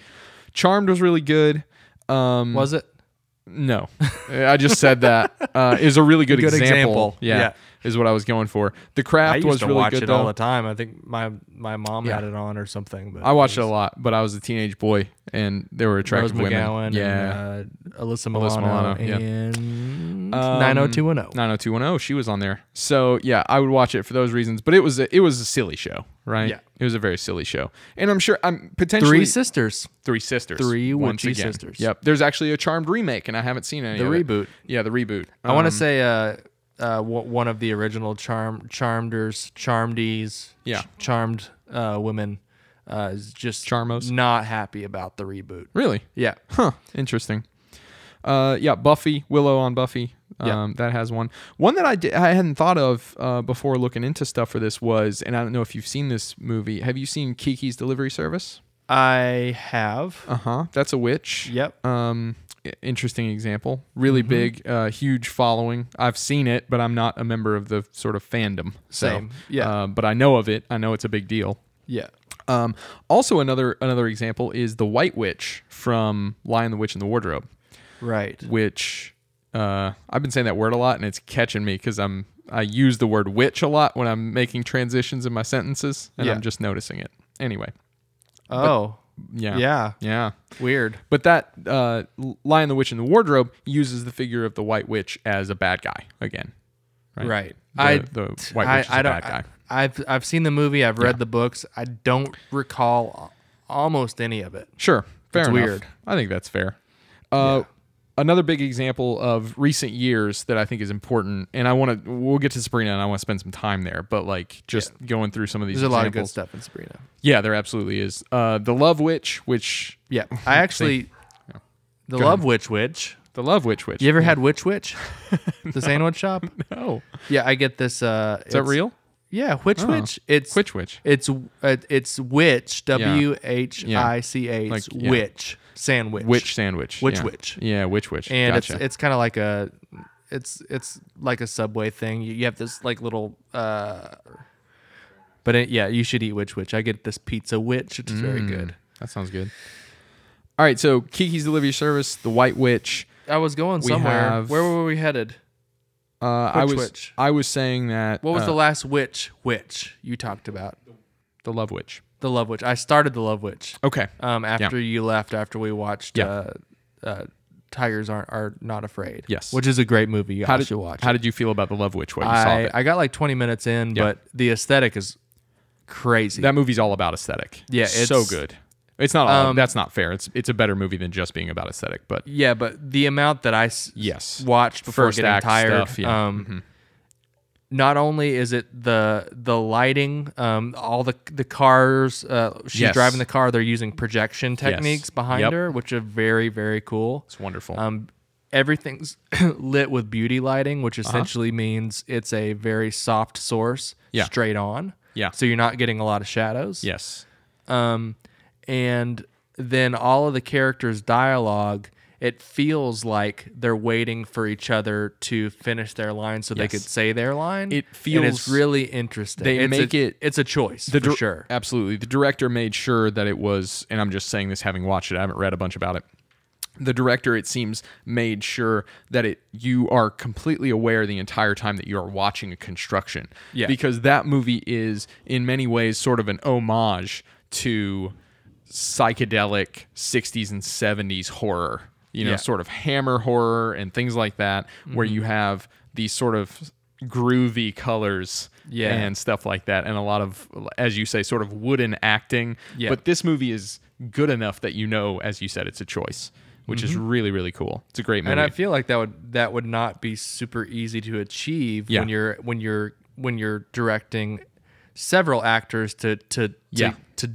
[SPEAKER 3] Charmed was really good. Um,
[SPEAKER 2] Was it?
[SPEAKER 3] no, I just said that uh, is a really good,
[SPEAKER 2] Good example.
[SPEAKER 3] Yeah,
[SPEAKER 2] Yeah.
[SPEAKER 3] is what I was going for. The craft
[SPEAKER 2] I used
[SPEAKER 3] was
[SPEAKER 2] to
[SPEAKER 3] really
[SPEAKER 2] watch
[SPEAKER 3] good
[SPEAKER 2] it
[SPEAKER 3] though.
[SPEAKER 2] all the time. I think my my mom
[SPEAKER 3] Yeah.
[SPEAKER 2] had it on or something. But
[SPEAKER 3] I watched it a lot, but I was a teenage boy, and there were
[SPEAKER 2] Rose
[SPEAKER 3] attractive women.
[SPEAKER 2] McGowan,
[SPEAKER 3] yeah,
[SPEAKER 2] and, uh, Alyssa
[SPEAKER 3] Alyssa
[SPEAKER 2] Milano,
[SPEAKER 3] Milano, yeah.
[SPEAKER 2] and
[SPEAKER 3] Um,
[SPEAKER 2] uh, nine hundred two one oh. zero.
[SPEAKER 3] 90210 oh, she was on there so yeah i would watch it for those reasons but it was a, it was a silly show right
[SPEAKER 2] Yeah.
[SPEAKER 3] it was a very silly show and i'm sure i'm potentially
[SPEAKER 2] Three sisters.
[SPEAKER 3] Three sisters
[SPEAKER 2] Three
[SPEAKER 3] once
[SPEAKER 2] witchy
[SPEAKER 3] again.
[SPEAKER 2] sisters.
[SPEAKER 3] yep there's actually a charmed remake and i haven't seen any
[SPEAKER 2] The
[SPEAKER 3] of it.
[SPEAKER 2] reboot.
[SPEAKER 3] yeah the reboot
[SPEAKER 2] I want to say uh, uh, w- one of the original charm charmders, charmedies,
[SPEAKER 3] Yeah.
[SPEAKER 2] charmed uh, women uh, is just
[SPEAKER 3] Charmos?
[SPEAKER 2] not happy about the reboot.
[SPEAKER 3] really
[SPEAKER 2] Yeah,
[SPEAKER 3] huh interesting uh yeah buffy willow on buffy um
[SPEAKER 2] Yeah.
[SPEAKER 3] that has one one that i did, i hadn't thought of uh before looking into stuff for this was and i don't know if you've seen this movie have you seen kiki's delivery service
[SPEAKER 2] I have.
[SPEAKER 3] uh-huh that's a witch
[SPEAKER 2] Yep. Mm-hmm.
[SPEAKER 3] um i- interesting example really big uh huge following i've seen it but i'm not a member of the sort of fandom so,
[SPEAKER 2] Same. Yeah.
[SPEAKER 3] uh, but i know of it i know it's a big deal
[SPEAKER 2] Yeah.
[SPEAKER 3] um also another another example is the white witch from lion the witch and the wardrobe
[SPEAKER 2] Right.
[SPEAKER 3] which uh i've been saying that word a lot and it's catching me because i'm i use the word witch a lot when i'm making transitions in my sentences and
[SPEAKER 2] Yeah.
[SPEAKER 3] i'm just noticing it anyway
[SPEAKER 2] Oh.
[SPEAKER 3] yeah
[SPEAKER 2] yeah.
[SPEAKER 3] yeah
[SPEAKER 2] Weird.
[SPEAKER 3] But that uh, Lion, the Witch, and the Wardrobe uses the figure of the White Witch as a bad guy again. Right. The,
[SPEAKER 2] I
[SPEAKER 3] the White Witch is a bad guy.
[SPEAKER 2] I, have I've seen the movie. I've read the books. I don't recall a- almost any of it.
[SPEAKER 3] sure. Fair
[SPEAKER 2] It's
[SPEAKER 3] enough.
[SPEAKER 2] weird.
[SPEAKER 3] I think that's fair. Uh, Another big example of recent years that I think is important, and I want to. We'll get to Sabrina, and I want to spend some time there. But like just going through some of these.
[SPEAKER 2] There's a lot of good
[SPEAKER 3] examples.
[SPEAKER 2] stuff in Sabrina.
[SPEAKER 3] Yeah, there absolutely is. Uh, the Love Witch, which
[SPEAKER 2] Yeah, I actually, the Love Witch Witch.
[SPEAKER 3] the Love Witch, witch.
[SPEAKER 2] You ever had Witch Witch? the sandwich shop.
[SPEAKER 3] Oh,
[SPEAKER 2] Yeah, I get this. Uh,
[SPEAKER 3] is that real?
[SPEAKER 2] Yeah, Witch Oh. Witch. It's
[SPEAKER 3] Witch Witch.
[SPEAKER 2] It's uh, it's witch. W h i c
[SPEAKER 3] Like,
[SPEAKER 2] h
[SPEAKER 3] yeah.
[SPEAKER 2] witch sandwich.
[SPEAKER 3] Witch sandwich.
[SPEAKER 2] Witch
[SPEAKER 3] yeah.
[SPEAKER 2] witch.
[SPEAKER 3] Yeah, witch witch.
[SPEAKER 2] and
[SPEAKER 3] gotcha.
[SPEAKER 2] it's it's kind of like a it's it's like a subway thing you, you have this like little uh but it, yeah you should eat witch witch i get this pizza witch it's very good
[SPEAKER 3] That sounds good. All right, so Kiki's Delivery Service, The White Witch.
[SPEAKER 2] i was going
[SPEAKER 3] We
[SPEAKER 2] somewhere
[SPEAKER 3] have-
[SPEAKER 2] where were we headed
[SPEAKER 3] Uh, I
[SPEAKER 2] Which
[SPEAKER 3] was
[SPEAKER 2] witch?
[SPEAKER 3] I was saying that
[SPEAKER 2] what was
[SPEAKER 3] uh,
[SPEAKER 2] the last witch witch you talked about
[SPEAKER 3] the Love Witch?
[SPEAKER 2] the love witch i started the love witch
[SPEAKER 3] Okay,
[SPEAKER 2] um after you left after we watched
[SPEAKER 3] Yeah.
[SPEAKER 2] uh uh tigers aren't are not afraid
[SPEAKER 3] Yes.
[SPEAKER 2] which is a great movie you
[SPEAKER 3] how
[SPEAKER 2] all
[SPEAKER 3] did
[SPEAKER 2] should watch
[SPEAKER 3] How did you feel about the Love Witch when you saw
[SPEAKER 2] I,
[SPEAKER 3] it?
[SPEAKER 2] I got like 20 minutes in
[SPEAKER 3] Yeah.
[SPEAKER 2] but the aesthetic is crazy
[SPEAKER 3] that movie's all about aesthetic.
[SPEAKER 2] Yeah,
[SPEAKER 3] so
[SPEAKER 2] it's-
[SPEAKER 3] good. It's not all.
[SPEAKER 2] Um,
[SPEAKER 3] that's not fair. It's it's a better movie than just being about aesthetic. But
[SPEAKER 2] Yeah, but the amount that I s-
[SPEAKER 3] yes,
[SPEAKER 2] watched before
[SPEAKER 3] First
[SPEAKER 2] getting
[SPEAKER 3] act Mm-hmm.
[SPEAKER 2] tired,
[SPEAKER 3] stuff, yeah.
[SPEAKER 2] um, not only is it the the lighting, um, all the the cars. Uh, she's
[SPEAKER 3] Yes.
[SPEAKER 2] driving the car. They're using projection techniques behind
[SPEAKER 3] Yep.
[SPEAKER 2] her, which are very very cool.
[SPEAKER 3] It's wonderful.
[SPEAKER 2] Um, everything's lit with beauty lighting, which
[SPEAKER 3] Uh-huh.
[SPEAKER 2] essentially means it's a very soft source,
[SPEAKER 3] Yeah.
[SPEAKER 2] straight on.
[SPEAKER 3] Yeah.
[SPEAKER 2] So you're not getting a lot of shadows.
[SPEAKER 3] yes.
[SPEAKER 2] Um, and then all of the characters' dialogue, it feels like they're waiting for each other to finish their line so they
[SPEAKER 3] Yes.
[SPEAKER 2] could say their line.
[SPEAKER 3] It
[SPEAKER 2] and it's
[SPEAKER 3] feels-
[SPEAKER 2] really interesting.
[SPEAKER 3] they
[SPEAKER 2] It's a-
[SPEAKER 3] make it-
[SPEAKER 2] It's a choice
[SPEAKER 3] The
[SPEAKER 2] for
[SPEAKER 3] dir-
[SPEAKER 2] sure.
[SPEAKER 3] Absolutely. The director made sure that it was, and I'm just saying this having watched it, I haven't read a bunch about it. The director, it seems, made sure that it you are completely aware the entire time that you are watching a construction.
[SPEAKER 2] Yeah.
[SPEAKER 3] Because that movie is in many ways sort of an homage to psychedelic 60s and 70s horror. You know,
[SPEAKER 2] Yeah. Mm-hmm.
[SPEAKER 3] sort of hammer horror and things like that, where you have these sort of groovy colors
[SPEAKER 2] Yeah.
[SPEAKER 3] and stuff like that and a lot of as you say sort of wooden acting
[SPEAKER 2] Yeah.
[SPEAKER 3] but this movie is good enough that you know as you said it's a choice which is really really cool it's a great movie
[SPEAKER 2] Mm-hmm. And I feel like that would that would not be super easy to achieve
[SPEAKER 3] Yeah.
[SPEAKER 2] when you're when you're when you're directing several actors to to to,
[SPEAKER 3] Yeah.
[SPEAKER 2] to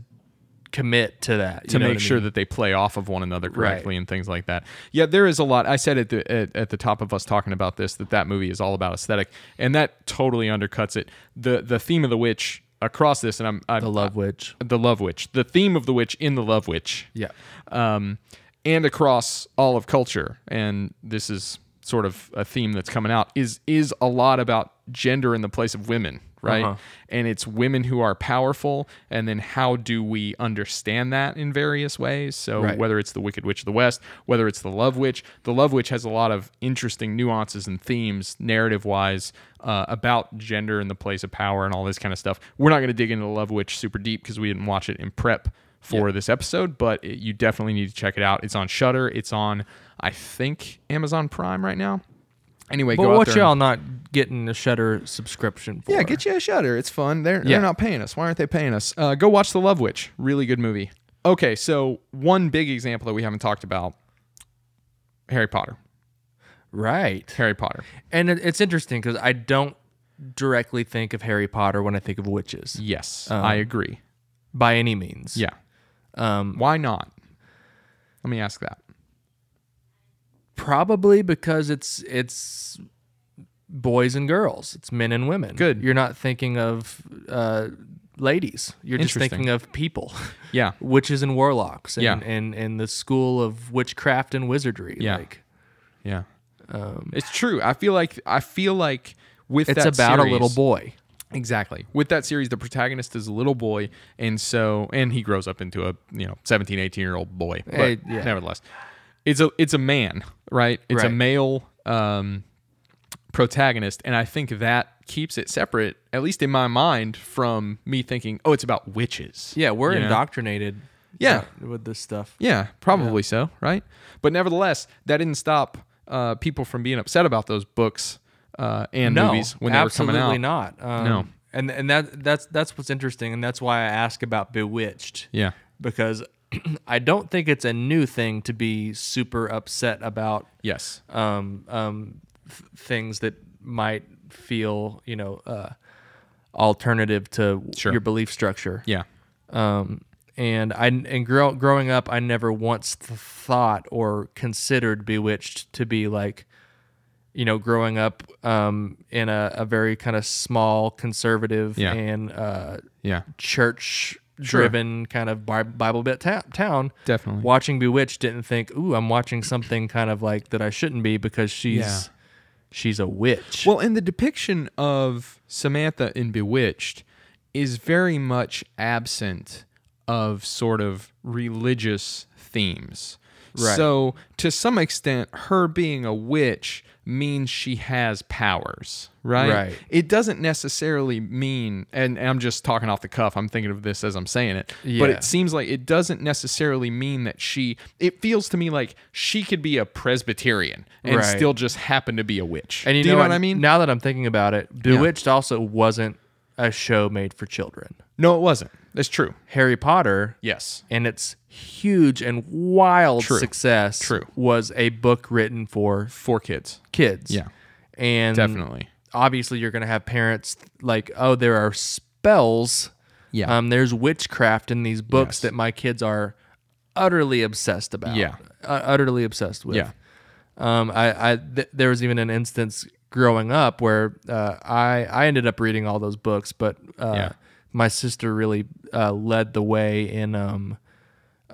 [SPEAKER 2] commit to that
[SPEAKER 3] to make sure that they play off of one another correctly
[SPEAKER 2] Right.
[SPEAKER 3] and things like that. Yeah, there is a lot. I said at the at, at the top of us talking about this that that movie is all about aesthetic, and that totally undercuts it. the The theme of the witch across this, and I'm, I'm
[SPEAKER 2] the love witch.
[SPEAKER 3] the love witch, the theme of the witch in the love witch.
[SPEAKER 2] Yeah,
[SPEAKER 3] um, and across all of culture. And this is sort of a theme that's coming out is is a lot about gender in the place of women, right?
[SPEAKER 2] Uh-huh.
[SPEAKER 3] And it's women who are powerful, and then how do we understand that in various ways? So
[SPEAKER 2] Right.
[SPEAKER 3] whether it's the Wicked Witch of the West, whether it's the Love Witch, the Love Witch has a lot of interesting nuances and themes, narrative wise, uh, about gender in the place of power and all this kind of stuff. We're not going to dig into the Love Witch super deep because we didn't watch it in prep for this episode, but it, you definitely need to check it out. It's on Shutter. It's on, I think, Amazon Prime right now. Anyway,
[SPEAKER 2] but
[SPEAKER 3] go out
[SPEAKER 2] what
[SPEAKER 3] there and-
[SPEAKER 2] y'all not getting a Shutter subscription for?
[SPEAKER 3] yeah, get you a shutter. It's fun. They're,
[SPEAKER 2] Yeah.
[SPEAKER 3] they're not paying us. Why aren't they paying us? Uh, go watch The Love Witch. Really good movie. Okay, so one big example that we haven't talked about Harry Potter.
[SPEAKER 2] right.
[SPEAKER 3] Harry Potter.
[SPEAKER 2] And it, it's interesting because I don't directly think of Harry Potter when I think of witches
[SPEAKER 3] Yes,
[SPEAKER 2] Uh-huh.
[SPEAKER 3] I agree.
[SPEAKER 2] by any means.
[SPEAKER 3] Yeah.
[SPEAKER 2] Um,
[SPEAKER 3] Why not? Let me ask that.
[SPEAKER 2] probably because it's it's boys and girls it's men and women
[SPEAKER 3] Good.
[SPEAKER 2] you're not thinking of uh, ladies you're just
[SPEAKER 3] Interesting.
[SPEAKER 2] thinking of people
[SPEAKER 3] Yeah.
[SPEAKER 2] witches and warlocks and,
[SPEAKER 3] Yeah.
[SPEAKER 2] and and the school of witchcraft and wizardry
[SPEAKER 3] Yeah.
[SPEAKER 2] like
[SPEAKER 3] Yeah. it's true. I feel like I feel like with
[SPEAKER 2] Um, it's
[SPEAKER 3] that
[SPEAKER 2] about a little
[SPEAKER 3] series-
[SPEAKER 2] boy
[SPEAKER 3] Exactly. With that series, the protagonist is a little boy, and so and he grows up into a you know 17, 18 year old boy. But
[SPEAKER 2] Eh, yeah.
[SPEAKER 3] nevertheless, it's a it's a man, right? It's a
[SPEAKER 2] Right.
[SPEAKER 3] male um, protagonist, and I think that keeps it separate, at least in my mind, from me thinking, oh, it's about witches.
[SPEAKER 2] yeah we're
[SPEAKER 3] You know?
[SPEAKER 2] indoctrinated
[SPEAKER 3] Yeah.
[SPEAKER 2] uh, with this stuff
[SPEAKER 3] Yeah, probably so, right? But nevertheless, that didn't stop uh, people from being upset about those books uh, and
[SPEAKER 2] no
[SPEAKER 3] movies when they were
[SPEAKER 2] absolutely
[SPEAKER 3] coming out.
[SPEAKER 2] not um,
[SPEAKER 3] No.
[SPEAKER 2] and and that that's that's what's interesting and that's why i ask about bewitched
[SPEAKER 3] Yeah.
[SPEAKER 2] because I don't think it's a new thing to be super upset about
[SPEAKER 3] Yes.
[SPEAKER 2] um, um, th- things that might feel, you know, uh, alternative to
[SPEAKER 3] Sure.
[SPEAKER 2] your belief structure.
[SPEAKER 3] Yeah.
[SPEAKER 2] Um, and I and grow, growing up, I never once th- thought or considered Bewitched to be like, you know, growing up um, in a, a very kind of small, conservative,
[SPEAKER 3] Yeah.
[SPEAKER 2] and uh,
[SPEAKER 3] Yeah.
[SPEAKER 2] church driven kind of Bi- Bible bit ta- town.
[SPEAKER 3] Definitely.
[SPEAKER 2] Watching Bewitched didn't think, ooh, I'm watching something kind of like that I shouldn't be because she's
[SPEAKER 3] Yeah.
[SPEAKER 2] she's a witch.
[SPEAKER 3] Well, and the depiction of Samantha in Bewitched is very much absent of sort of religious themes.
[SPEAKER 2] Right.
[SPEAKER 3] So, to some extent, her being a witch means she has powers, right?
[SPEAKER 2] Right.
[SPEAKER 3] It doesn't necessarily mean, and, and I'm just talking off the cuff, I'm thinking of this as I'm saying it, but
[SPEAKER 2] Yeah.
[SPEAKER 3] it seems like it doesn't necessarily mean that she, it feels to me like she could be a Presbyterian and
[SPEAKER 2] Right.
[SPEAKER 3] still just happen to be a witch.
[SPEAKER 2] and you,
[SPEAKER 3] Do
[SPEAKER 2] know,
[SPEAKER 3] you know what I mean?
[SPEAKER 2] Now that I'm thinking about it, Bewitched also wasn't a show made for children.
[SPEAKER 3] No, it wasn't. That's true.
[SPEAKER 2] Harry Potter
[SPEAKER 3] Yes.
[SPEAKER 2] and its huge and wild
[SPEAKER 3] True.
[SPEAKER 2] success
[SPEAKER 3] True.
[SPEAKER 2] was a book written for
[SPEAKER 3] Four kids.
[SPEAKER 2] kids.
[SPEAKER 3] Yeah.
[SPEAKER 2] And
[SPEAKER 3] Definitely.
[SPEAKER 2] obviously you're going to have parents like, oh, there are spells.
[SPEAKER 3] Yeah.
[SPEAKER 2] Um, there's witchcraft in these books
[SPEAKER 3] Yes.
[SPEAKER 2] that my kids are utterly obsessed about.
[SPEAKER 3] Yeah.
[SPEAKER 2] Uh, utterly obsessed with.
[SPEAKER 3] Yeah.
[SPEAKER 2] Um, I, I th- there was even an instance growing up where uh, I I ended up reading all those books, but uh,
[SPEAKER 3] Yeah.
[SPEAKER 2] my sister really uh, led the way in um,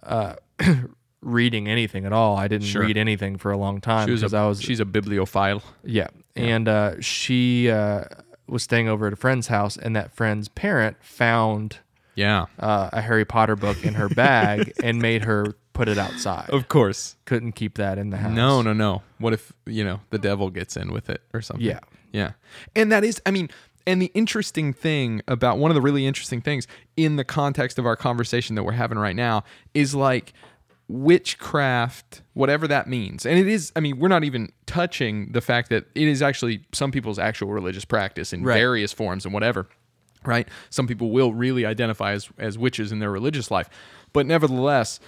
[SPEAKER 2] uh, reading anything at all. I didn't
[SPEAKER 3] Sure.
[SPEAKER 2] read anything for a long time
[SPEAKER 3] She was
[SPEAKER 2] because
[SPEAKER 3] a,
[SPEAKER 2] I was
[SPEAKER 3] she's a bibliophile.
[SPEAKER 2] yeah. And uh, she uh, was staying over at a friend's house, and that friend's parent found
[SPEAKER 3] Yeah.
[SPEAKER 2] uh, a Harry Potter book in her bag and made her put it outside.
[SPEAKER 3] Of course.
[SPEAKER 2] Couldn't keep that in the house.
[SPEAKER 3] No, no, no. What if, you know, the devil gets in with it or something?
[SPEAKER 2] Yeah.
[SPEAKER 3] Yeah. And that is, I mean, and the interesting thing about one of the really interesting things in the context of our conversation that we're having right now is like witchcraft, whatever that means. And it is, I mean, we're not even touching the fact that it is actually some people's actual religious practice in various forms and whatever. Right? Some people will really identify as, as witches in their religious life. But nevertheless,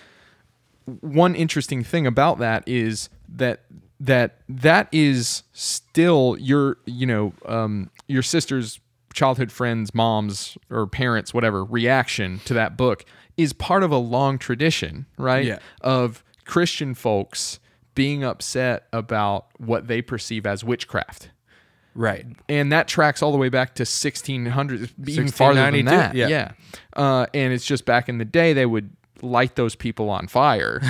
[SPEAKER 3] one interesting thing about that is that that that is still your you know um, your sister's childhood friends moms or parents whatever reaction to that book is part of a long tradition right
[SPEAKER 2] Yeah.
[SPEAKER 3] of christian folks being upset about what they perceive as witchcraft
[SPEAKER 2] Right.
[SPEAKER 3] and that tracks all the way back to 1600 even farther than
[SPEAKER 2] 1692,
[SPEAKER 3] that
[SPEAKER 2] yeah.
[SPEAKER 3] Uh, and it's just back in the day they would light those people on fire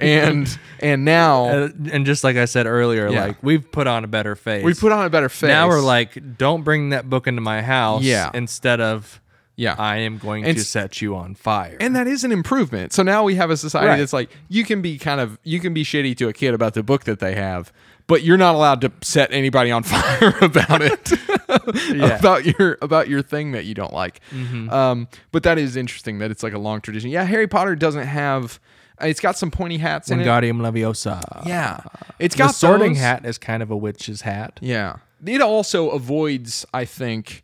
[SPEAKER 3] and and now
[SPEAKER 2] Uh, and just like I said earlier,
[SPEAKER 3] Yeah.
[SPEAKER 2] like we've put on a better face.
[SPEAKER 3] we put on a better face
[SPEAKER 2] now we're like, don't bring that book into my house.
[SPEAKER 3] Yeah.
[SPEAKER 2] Instead of,
[SPEAKER 3] yeah
[SPEAKER 2] I am going
[SPEAKER 3] And
[SPEAKER 2] to
[SPEAKER 3] s-
[SPEAKER 2] set you on fire.
[SPEAKER 3] and that is an improvement so now we have a society
[SPEAKER 2] Right.
[SPEAKER 3] that's like you can be kind of you can be shitty to a kid about the book that they have but you're not allowed to set anybody on fire about it about your about your thing that you don't like
[SPEAKER 2] Mm-hmm.
[SPEAKER 3] um, but that is interesting that it's like a long tradition yeah harry potter doesn't have uh, it's got some pointy hats in it
[SPEAKER 2] Wingardium Leviosa.
[SPEAKER 3] yeah it's
[SPEAKER 2] The
[SPEAKER 3] got
[SPEAKER 2] sorting
[SPEAKER 3] those.
[SPEAKER 2] hat is kind of a witch's hat.
[SPEAKER 3] yeah it also avoids i think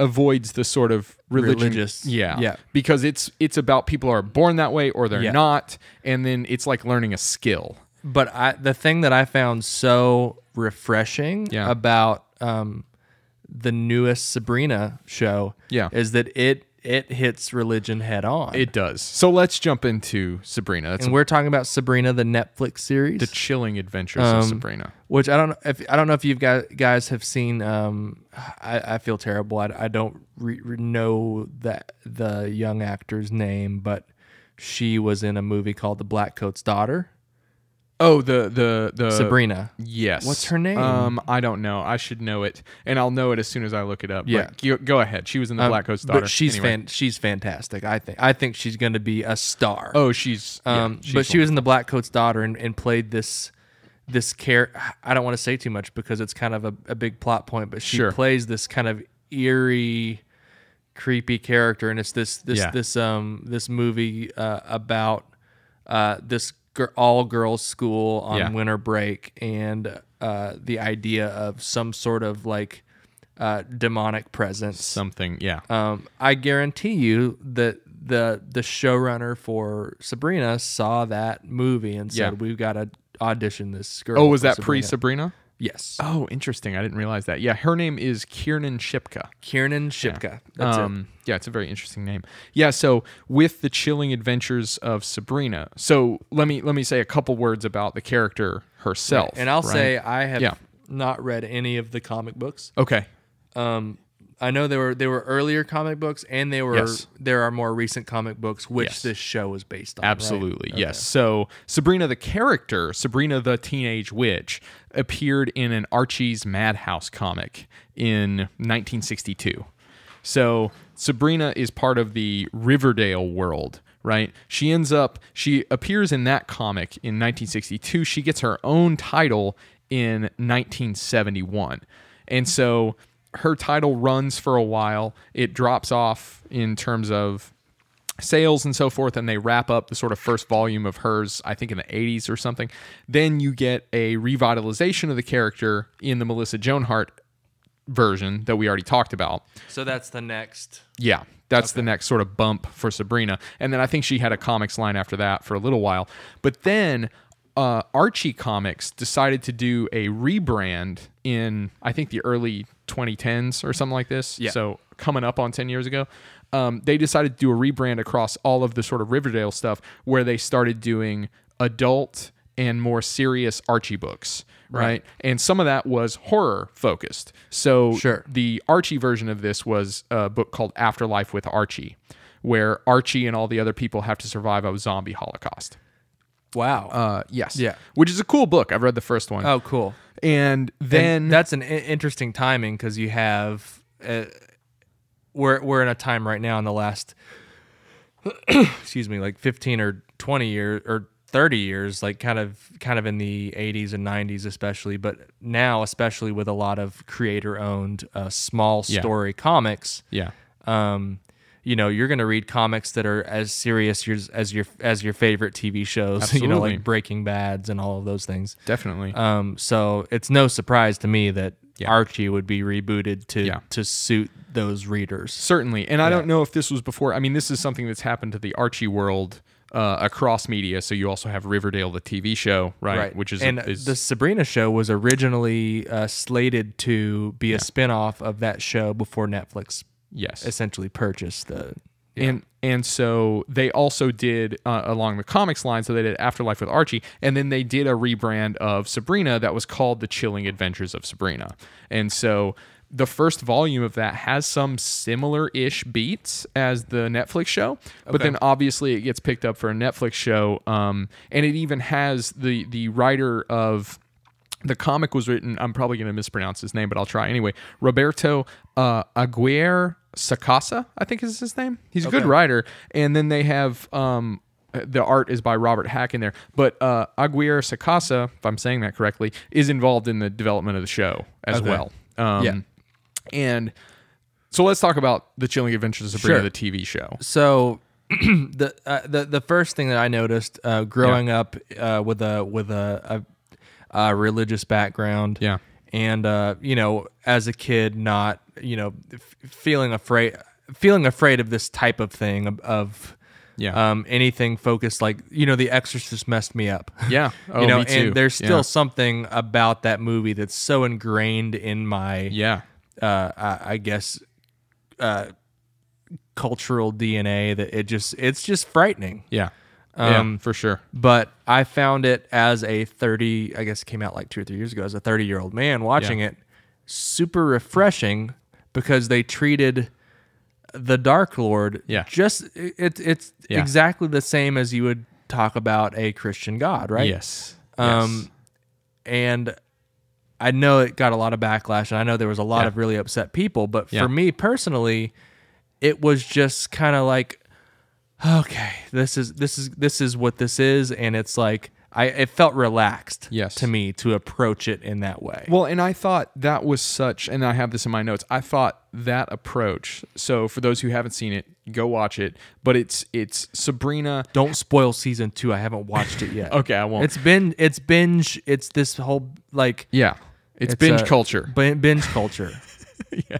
[SPEAKER 3] avoids the sort of religion,
[SPEAKER 2] Religious.
[SPEAKER 3] yeah
[SPEAKER 2] Yeah.
[SPEAKER 3] because it's it's about people are born that way or they're
[SPEAKER 2] Yeah.
[SPEAKER 3] not and then it's like learning a skill
[SPEAKER 2] but I the thing that I found so refreshing
[SPEAKER 3] Yeah.
[SPEAKER 2] about um, the newest Sabrina show
[SPEAKER 3] Yeah.
[SPEAKER 2] is that it it hits religion head on.
[SPEAKER 3] it does so let's jump into sabrina that's
[SPEAKER 2] and we're talking about Sabrina the Netflix series,
[SPEAKER 3] the chilling adventures
[SPEAKER 2] Um,
[SPEAKER 3] of sabrina
[SPEAKER 2] which I don't know if I don't know if you've guys, guys have seen. Um, I, I feel terrible. I, I don't re- re- know that the young actor's name, but she was in a movie called The Black Coat's Daughter.
[SPEAKER 3] oh the the the
[SPEAKER 2] Sabrina.
[SPEAKER 3] yes
[SPEAKER 2] What's her name?
[SPEAKER 3] um i don't know i should know it and i'll know it as soon as i look it up
[SPEAKER 2] Yeah. Um,
[SPEAKER 3] But you- go ahead she was in the black coat's daughter
[SPEAKER 2] But she's
[SPEAKER 3] Anyway.
[SPEAKER 2] fan, she's fantastic. I think I think she's going to be a star.
[SPEAKER 3] oh she's yeah,
[SPEAKER 2] um,
[SPEAKER 3] she's
[SPEAKER 2] but she
[SPEAKER 3] one.
[SPEAKER 2] was in the Black Coat's daughter and, and played this this care. I don't want to say too much because it's kind of a, a big plot point. But she
[SPEAKER 3] Sure.
[SPEAKER 2] plays this kind of eerie, creepy character, and it's this this
[SPEAKER 3] Yeah.
[SPEAKER 2] this um this movie uh, about uh, this gir- all girls school on
[SPEAKER 3] Yeah.
[SPEAKER 2] winter break and uh, the idea of some sort of like uh, demonic presence
[SPEAKER 3] something yeah
[SPEAKER 2] um, I guarantee you that the the showrunner for Sabrina saw that movie and said,
[SPEAKER 3] Yeah.
[SPEAKER 2] "We've got to audition this girl."
[SPEAKER 3] oh was
[SPEAKER 2] for
[SPEAKER 3] that
[SPEAKER 2] Sabrina."
[SPEAKER 3] pre sabrina
[SPEAKER 2] Yes,
[SPEAKER 3] Oh, interesting. I didn't realize that. Yeah, her name is Kiernan Shipka.
[SPEAKER 2] Kiernan Shipka. That's it.
[SPEAKER 3] um, Yeah, it's a very interesting name. Yeah, so with the chilling adventures of Sabrina. So let me let me say a couple words about the character herself.
[SPEAKER 2] And I'll
[SPEAKER 3] right?
[SPEAKER 2] say I have
[SPEAKER 3] Yeah.
[SPEAKER 2] not read any of the comic books. Um,
[SPEAKER 3] okay.
[SPEAKER 2] I know there were there were earlier comic books, and they were
[SPEAKER 3] Yes.
[SPEAKER 2] there are more recent comic books which
[SPEAKER 3] Yes.
[SPEAKER 2] this show is based on. right?
[SPEAKER 3] Absolutely. Yes. So Sabrina the character, Sabrina the teenage witch, appeared in an Archie's Madhouse comic in 1962. So Sabrina is part of the Riverdale world, right? She ends up she appears in that comic in 1962. She gets her own title in 1971. And so her title runs for a while. It drops off in terms of sales and so forth and they wrap up the sort of first volume of hers i think in the 80s or something then you get a revitalization of the character in the melissa joan hart version that we already talked about
[SPEAKER 2] So that's the next.
[SPEAKER 3] yeah that's the next sort of bump for sabrina and then i think she had a comics line after that for a little while but then uh, Archie Comics decided to do a rebrand in I think the early 2010s or something like this.
[SPEAKER 2] Yeah.
[SPEAKER 3] So coming up on 10 years ago, um, they decided to do a rebrand across all of the sort of Riverdale stuff where they started doing adult and more serious Archie books. right? And some of that was horror focused. So
[SPEAKER 2] Sure.
[SPEAKER 3] the Archie version of this was a book called Afterlife with Archie, where Archie and all the other people have to survive a zombie holocaust.
[SPEAKER 2] Wow.
[SPEAKER 3] Uh, yes.
[SPEAKER 2] Yeah.
[SPEAKER 3] Which is a cool book. I've read the first one.
[SPEAKER 2] oh, cool.
[SPEAKER 3] And then
[SPEAKER 2] And that's an i- interesting timing because you have uh, we're we're in a time right now in the last excuse me like 15 or 20 years or 30 years like kind of kind of in the 80s and 90s especially but now especially with a lot of creator owned uh, small
[SPEAKER 3] Yeah.
[SPEAKER 2] story comics
[SPEAKER 3] yeah.
[SPEAKER 2] um, you know, you're going to read comics that are as serious as, as your as your favorite TV shows. You know,
[SPEAKER 3] Absolutely.
[SPEAKER 2] like Breaking Bad's and all of those things.
[SPEAKER 3] Definitely.
[SPEAKER 2] Um, so it's no surprise to me that
[SPEAKER 3] Yeah.
[SPEAKER 2] Archie would be rebooted to
[SPEAKER 3] Yeah.
[SPEAKER 2] to suit those readers.
[SPEAKER 3] Certainly. And I don't know if this was before. I mean, this is something that's happened to the Archie world uh, across media. So you also have Riverdale, the TV show, right? Which is,
[SPEAKER 2] and
[SPEAKER 3] is
[SPEAKER 2] the Sabrina show was originally uh, slated to be a spinoff of that show before Netflix
[SPEAKER 3] yes.
[SPEAKER 2] essentially purchased the.
[SPEAKER 3] And and so they also did uh, along the comics line. So they did Afterlife with Archie, and then they did a rebrand of Sabrina that was called The Chilling Adventures of Sabrina. And so the first volume of that has some similar-ish beats as the Netflix show, but then obviously it gets picked up for a Netflix show, um, and it even has the the writer of the comic was written. I'm probably going to mispronounce his name, but I'll try anyway. Roberto uh, Aguirre Sacasa, I think is his name. He's a good writer. And then they have um, the art is by Robert Hack in there. But uh, Aguirre Sacasa, if I'm saying that correctly, is involved in the development of the show as well. Um,
[SPEAKER 2] Yeah.
[SPEAKER 3] And so let's talk about the Chilling Adventures of Sabrina,
[SPEAKER 2] Sure.
[SPEAKER 3] the TV show.
[SPEAKER 2] So. the uh, the the first thing that I noticed uh, growing up uh, with a with a, a, a religious background,
[SPEAKER 3] Yeah.
[SPEAKER 2] and uh, you know, as a kid, not you know, f- feeling afraid, feeling afraid of this type of thing of, of
[SPEAKER 3] Yeah.
[SPEAKER 2] um, anything focused like you know, The Exorcist messed me up.
[SPEAKER 3] Yeah. Oh,
[SPEAKER 2] you know,
[SPEAKER 3] me too.
[SPEAKER 2] and there's still
[SPEAKER 3] Yeah.
[SPEAKER 2] something about that movie that's so ingrained in my,
[SPEAKER 3] Yeah.
[SPEAKER 2] uh, I, I guess, uh, cultural DNA that it just it's just frightening.
[SPEAKER 3] Yeah. yeah,
[SPEAKER 2] Um,
[SPEAKER 3] for sure.
[SPEAKER 2] But I found it as a 30, I guess it came out like two or three years ago, as a 30 year old man watching it, super refreshing because they treated the Dark Lord
[SPEAKER 3] Yeah.
[SPEAKER 2] just, it, it's
[SPEAKER 3] Yeah.
[SPEAKER 2] exactly the same as you would talk about a Christian God, right?
[SPEAKER 3] Yes.
[SPEAKER 2] Um,
[SPEAKER 3] yes.
[SPEAKER 2] And I know it got a lot of backlash and I know there was a lot of really upset people, but
[SPEAKER 3] Yeah.
[SPEAKER 2] for me personally, it was just kind of like okay, this is this is this is what this is and it's like I it felt relaxed
[SPEAKER 3] Yes.
[SPEAKER 2] to me to approach it in that way.
[SPEAKER 3] Well, and I thought that was such, and I have this in my notes. I thought that approach. So for those who haven't seen it, go watch it. But it's it's Sabrina.
[SPEAKER 2] Don't spoil season 2. I haven't watched it yet.
[SPEAKER 3] Okay, I won't.
[SPEAKER 2] It's been it's binge it's this whole like
[SPEAKER 3] yeah, it's,
[SPEAKER 2] it's
[SPEAKER 3] binge
[SPEAKER 2] a-
[SPEAKER 3] culture.
[SPEAKER 2] bin- binge culture. yeah.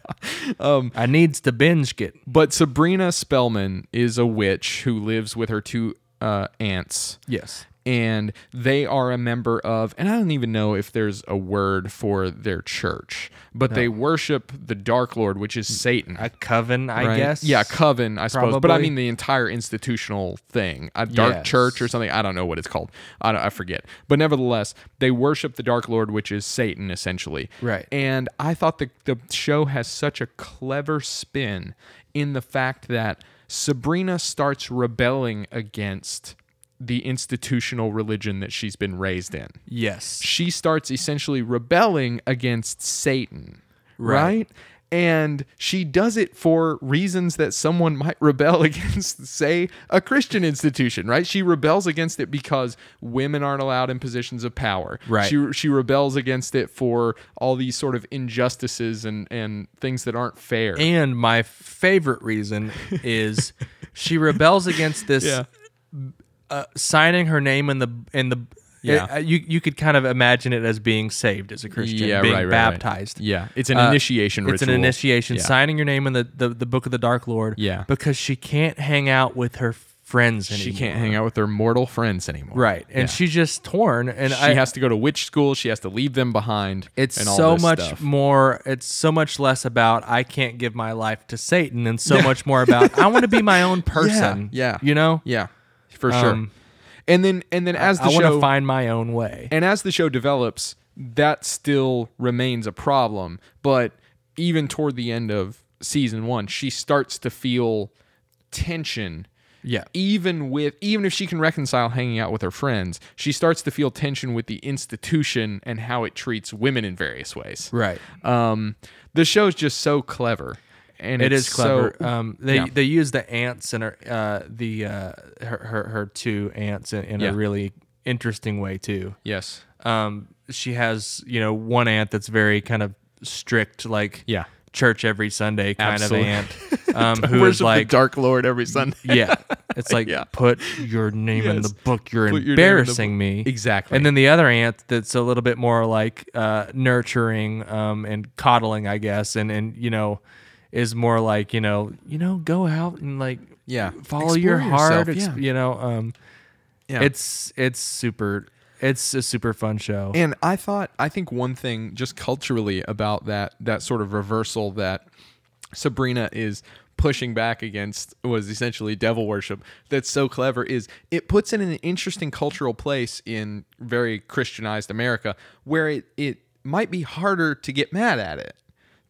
[SPEAKER 2] Um I needs to binge get.
[SPEAKER 3] But Sabrina Spellman is a witch who lives with her two uh, aunts.
[SPEAKER 2] Yes.
[SPEAKER 3] and they are a member of and I don't even know if there's a word for their church, but they worship the Dark Lord, which
[SPEAKER 2] Mm.
[SPEAKER 3] is Satan.
[SPEAKER 2] A coven, I
[SPEAKER 3] right?
[SPEAKER 2] guess.
[SPEAKER 3] Yeah, coven, I suppose. But I
[SPEAKER 2] Probably.
[SPEAKER 3] mean the entire institutional thing, a dark
[SPEAKER 2] Yes.
[SPEAKER 3] church or something. I don't know what it's called. I, don't- I forget. But nevertheless, they worship the Dark Lord, which is Satan, essentially.
[SPEAKER 2] Right.
[SPEAKER 3] And I thought the, the show has such a clever spin in the fact that Sabrina starts rebelling against the institutional religion that she's been raised in
[SPEAKER 2] Yes.
[SPEAKER 3] she starts essentially rebelling against Satan, right? And she does it for reasons that someone might rebel against, say, a Christian institution, right? She rebels against it because women aren't allowed in positions of power.
[SPEAKER 2] Right.
[SPEAKER 3] She, she rebels against it for all these sort of injustices and, and things that aren't fair.
[SPEAKER 2] And my favorite reason is she rebels against this
[SPEAKER 3] Yeah.
[SPEAKER 2] uh, signing her name in the in the.
[SPEAKER 3] Yeah.
[SPEAKER 2] uh, you you could kind of imagine it as being saved as a Christian, being baptized.
[SPEAKER 3] Yeah, it's an
[SPEAKER 2] Uh,
[SPEAKER 3] initiation
[SPEAKER 2] It's
[SPEAKER 3] ritual.
[SPEAKER 2] an initiation,
[SPEAKER 3] Yeah.
[SPEAKER 2] signing your name in the, the, the book of the Dark Lord.
[SPEAKER 3] Yeah.
[SPEAKER 2] Because she can't hang out with her friends anymore.
[SPEAKER 3] She can't hang out with her mortal friends anymore.
[SPEAKER 2] Right. And
[SPEAKER 3] Yeah.
[SPEAKER 2] she's just torn. And
[SPEAKER 3] She
[SPEAKER 2] I,
[SPEAKER 3] has to go to which school? She has to leave them behind.
[SPEAKER 2] it's
[SPEAKER 3] and all
[SPEAKER 2] so
[SPEAKER 3] this
[SPEAKER 2] much
[SPEAKER 3] stuff.
[SPEAKER 2] more, it's so much less about I can't give my life to Satan and so much more about I want to be my own person.
[SPEAKER 3] yeah.
[SPEAKER 2] You know?
[SPEAKER 3] Yeah, for
[SPEAKER 2] Um,
[SPEAKER 3] sure. And then and then as the
[SPEAKER 2] I want
[SPEAKER 3] show
[SPEAKER 2] to find my own way.
[SPEAKER 3] and as the show develops, that still remains a problem. But even toward the end of season one, she starts to feel tension.
[SPEAKER 2] Yeah.
[SPEAKER 3] Even with even if she can reconcile hanging out with her friends, she starts to feel tension with the institution and how it treats women in various ways.
[SPEAKER 2] Right.
[SPEAKER 3] Um, the show's just so clever, and
[SPEAKER 2] It
[SPEAKER 3] it's
[SPEAKER 2] is clever.
[SPEAKER 3] so-
[SPEAKER 2] um, they
[SPEAKER 3] yeah.
[SPEAKER 2] they use the ants and her uh, the uh, her, her her two ants in, in
[SPEAKER 3] Yeah.
[SPEAKER 2] a really interesting way too.
[SPEAKER 3] yes.
[SPEAKER 2] Um, she has you know one ant that's very kind of strict, like
[SPEAKER 3] Yeah.
[SPEAKER 2] church every Sunday kind
[SPEAKER 3] Absolutely.
[SPEAKER 2] of ant, um, who is like
[SPEAKER 3] Dark Lord every Sunday.
[SPEAKER 2] yeah, it's like
[SPEAKER 3] Yeah.
[SPEAKER 2] put your name in
[SPEAKER 3] Yes.
[SPEAKER 2] the book. You're
[SPEAKER 3] Put your name in the
[SPEAKER 2] embarrassing
[SPEAKER 3] book.
[SPEAKER 2] me
[SPEAKER 3] Exactly.
[SPEAKER 2] And then the other ant that's a little bit more like uh, nurturing um, and coddling, I guess, and and you know, is more like you know, you know, go out and like
[SPEAKER 3] Yeah.
[SPEAKER 2] follow your
[SPEAKER 3] Explore
[SPEAKER 2] heart.
[SPEAKER 3] yourself,
[SPEAKER 2] ex-
[SPEAKER 3] yeah.
[SPEAKER 2] You know, um,
[SPEAKER 3] Yeah.
[SPEAKER 2] it's it's super, it's a super fun show.
[SPEAKER 3] And I thought I think one thing just culturally about that that sort of reversal that Sabrina is pushing back against was essentially devil worship that's so clever is it puts it in an interesting cultural place in very christianized America where it it might be harder to get mad at it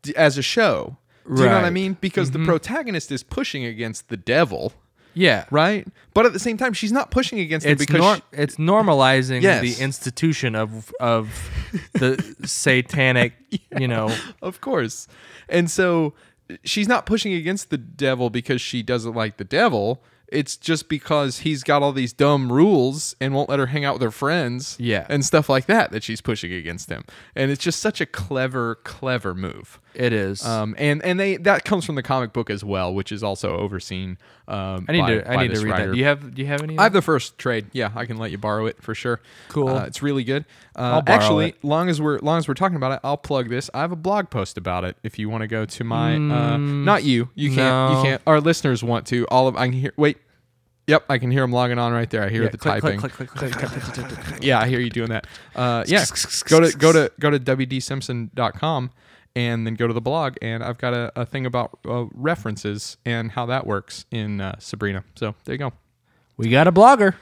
[SPEAKER 3] d- as a show. Do you know what I
[SPEAKER 2] Right. Mm-hmm.
[SPEAKER 3] mean? Because the protagonist is pushing against the devil,
[SPEAKER 2] yeah,
[SPEAKER 3] right? But at the same time she's not pushing against it
[SPEAKER 2] It's
[SPEAKER 3] because
[SPEAKER 2] nor-
[SPEAKER 3] she-
[SPEAKER 2] it's normalizing
[SPEAKER 3] Yes.
[SPEAKER 2] the institution of of the satanic, you know,
[SPEAKER 3] of course. And so she's not pushing against the devil because she doesn't like the devil. It's just because he's got all these dumb rules and won't let her hang out with her friends
[SPEAKER 2] Yeah.
[SPEAKER 3] and stuff like that that she's pushing against him. And it's just such a clever, clever move.
[SPEAKER 2] it is.
[SPEAKER 3] Um, and and they that comes from the comic book as well, which is also overseen. Um,
[SPEAKER 2] I need
[SPEAKER 3] by-
[SPEAKER 2] to. I
[SPEAKER 3] by
[SPEAKER 2] need to
[SPEAKER 3] this
[SPEAKER 2] read
[SPEAKER 3] writer.
[SPEAKER 2] that. Do you have? Do you have any?
[SPEAKER 3] I have the first trade. Yeah, I can let you borrow it for sure.
[SPEAKER 2] Cool.
[SPEAKER 3] Uh, it's really good. Uh,
[SPEAKER 2] borrow
[SPEAKER 3] actually,
[SPEAKER 2] it.
[SPEAKER 3] long as we're long as we're talking about it, I'll plug this. I have a blog post about it. If you want to go to my, uh, not you, you can't,
[SPEAKER 2] Mm, no.
[SPEAKER 3] you can't. Our listeners want to. All of I can hear. Wait. Yep, I can hear them logging on right there. I hear
[SPEAKER 2] Yeah,
[SPEAKER 3] the
[SPEAKER 2] click,
[SPEAKER 3] typing.
[SPEAKER 2] click, click, click, click, click, click, click, click, click, click.
[SPEAKER 3] Yeah, I hear you doing that. Uh, yeah, go to go to go to wdsimpson.com and then go to the blog, and I've got a, a thing about uh, references and how that works in uh, Sabrina. So there you go.
[SPEAKER 2] We got a blogger.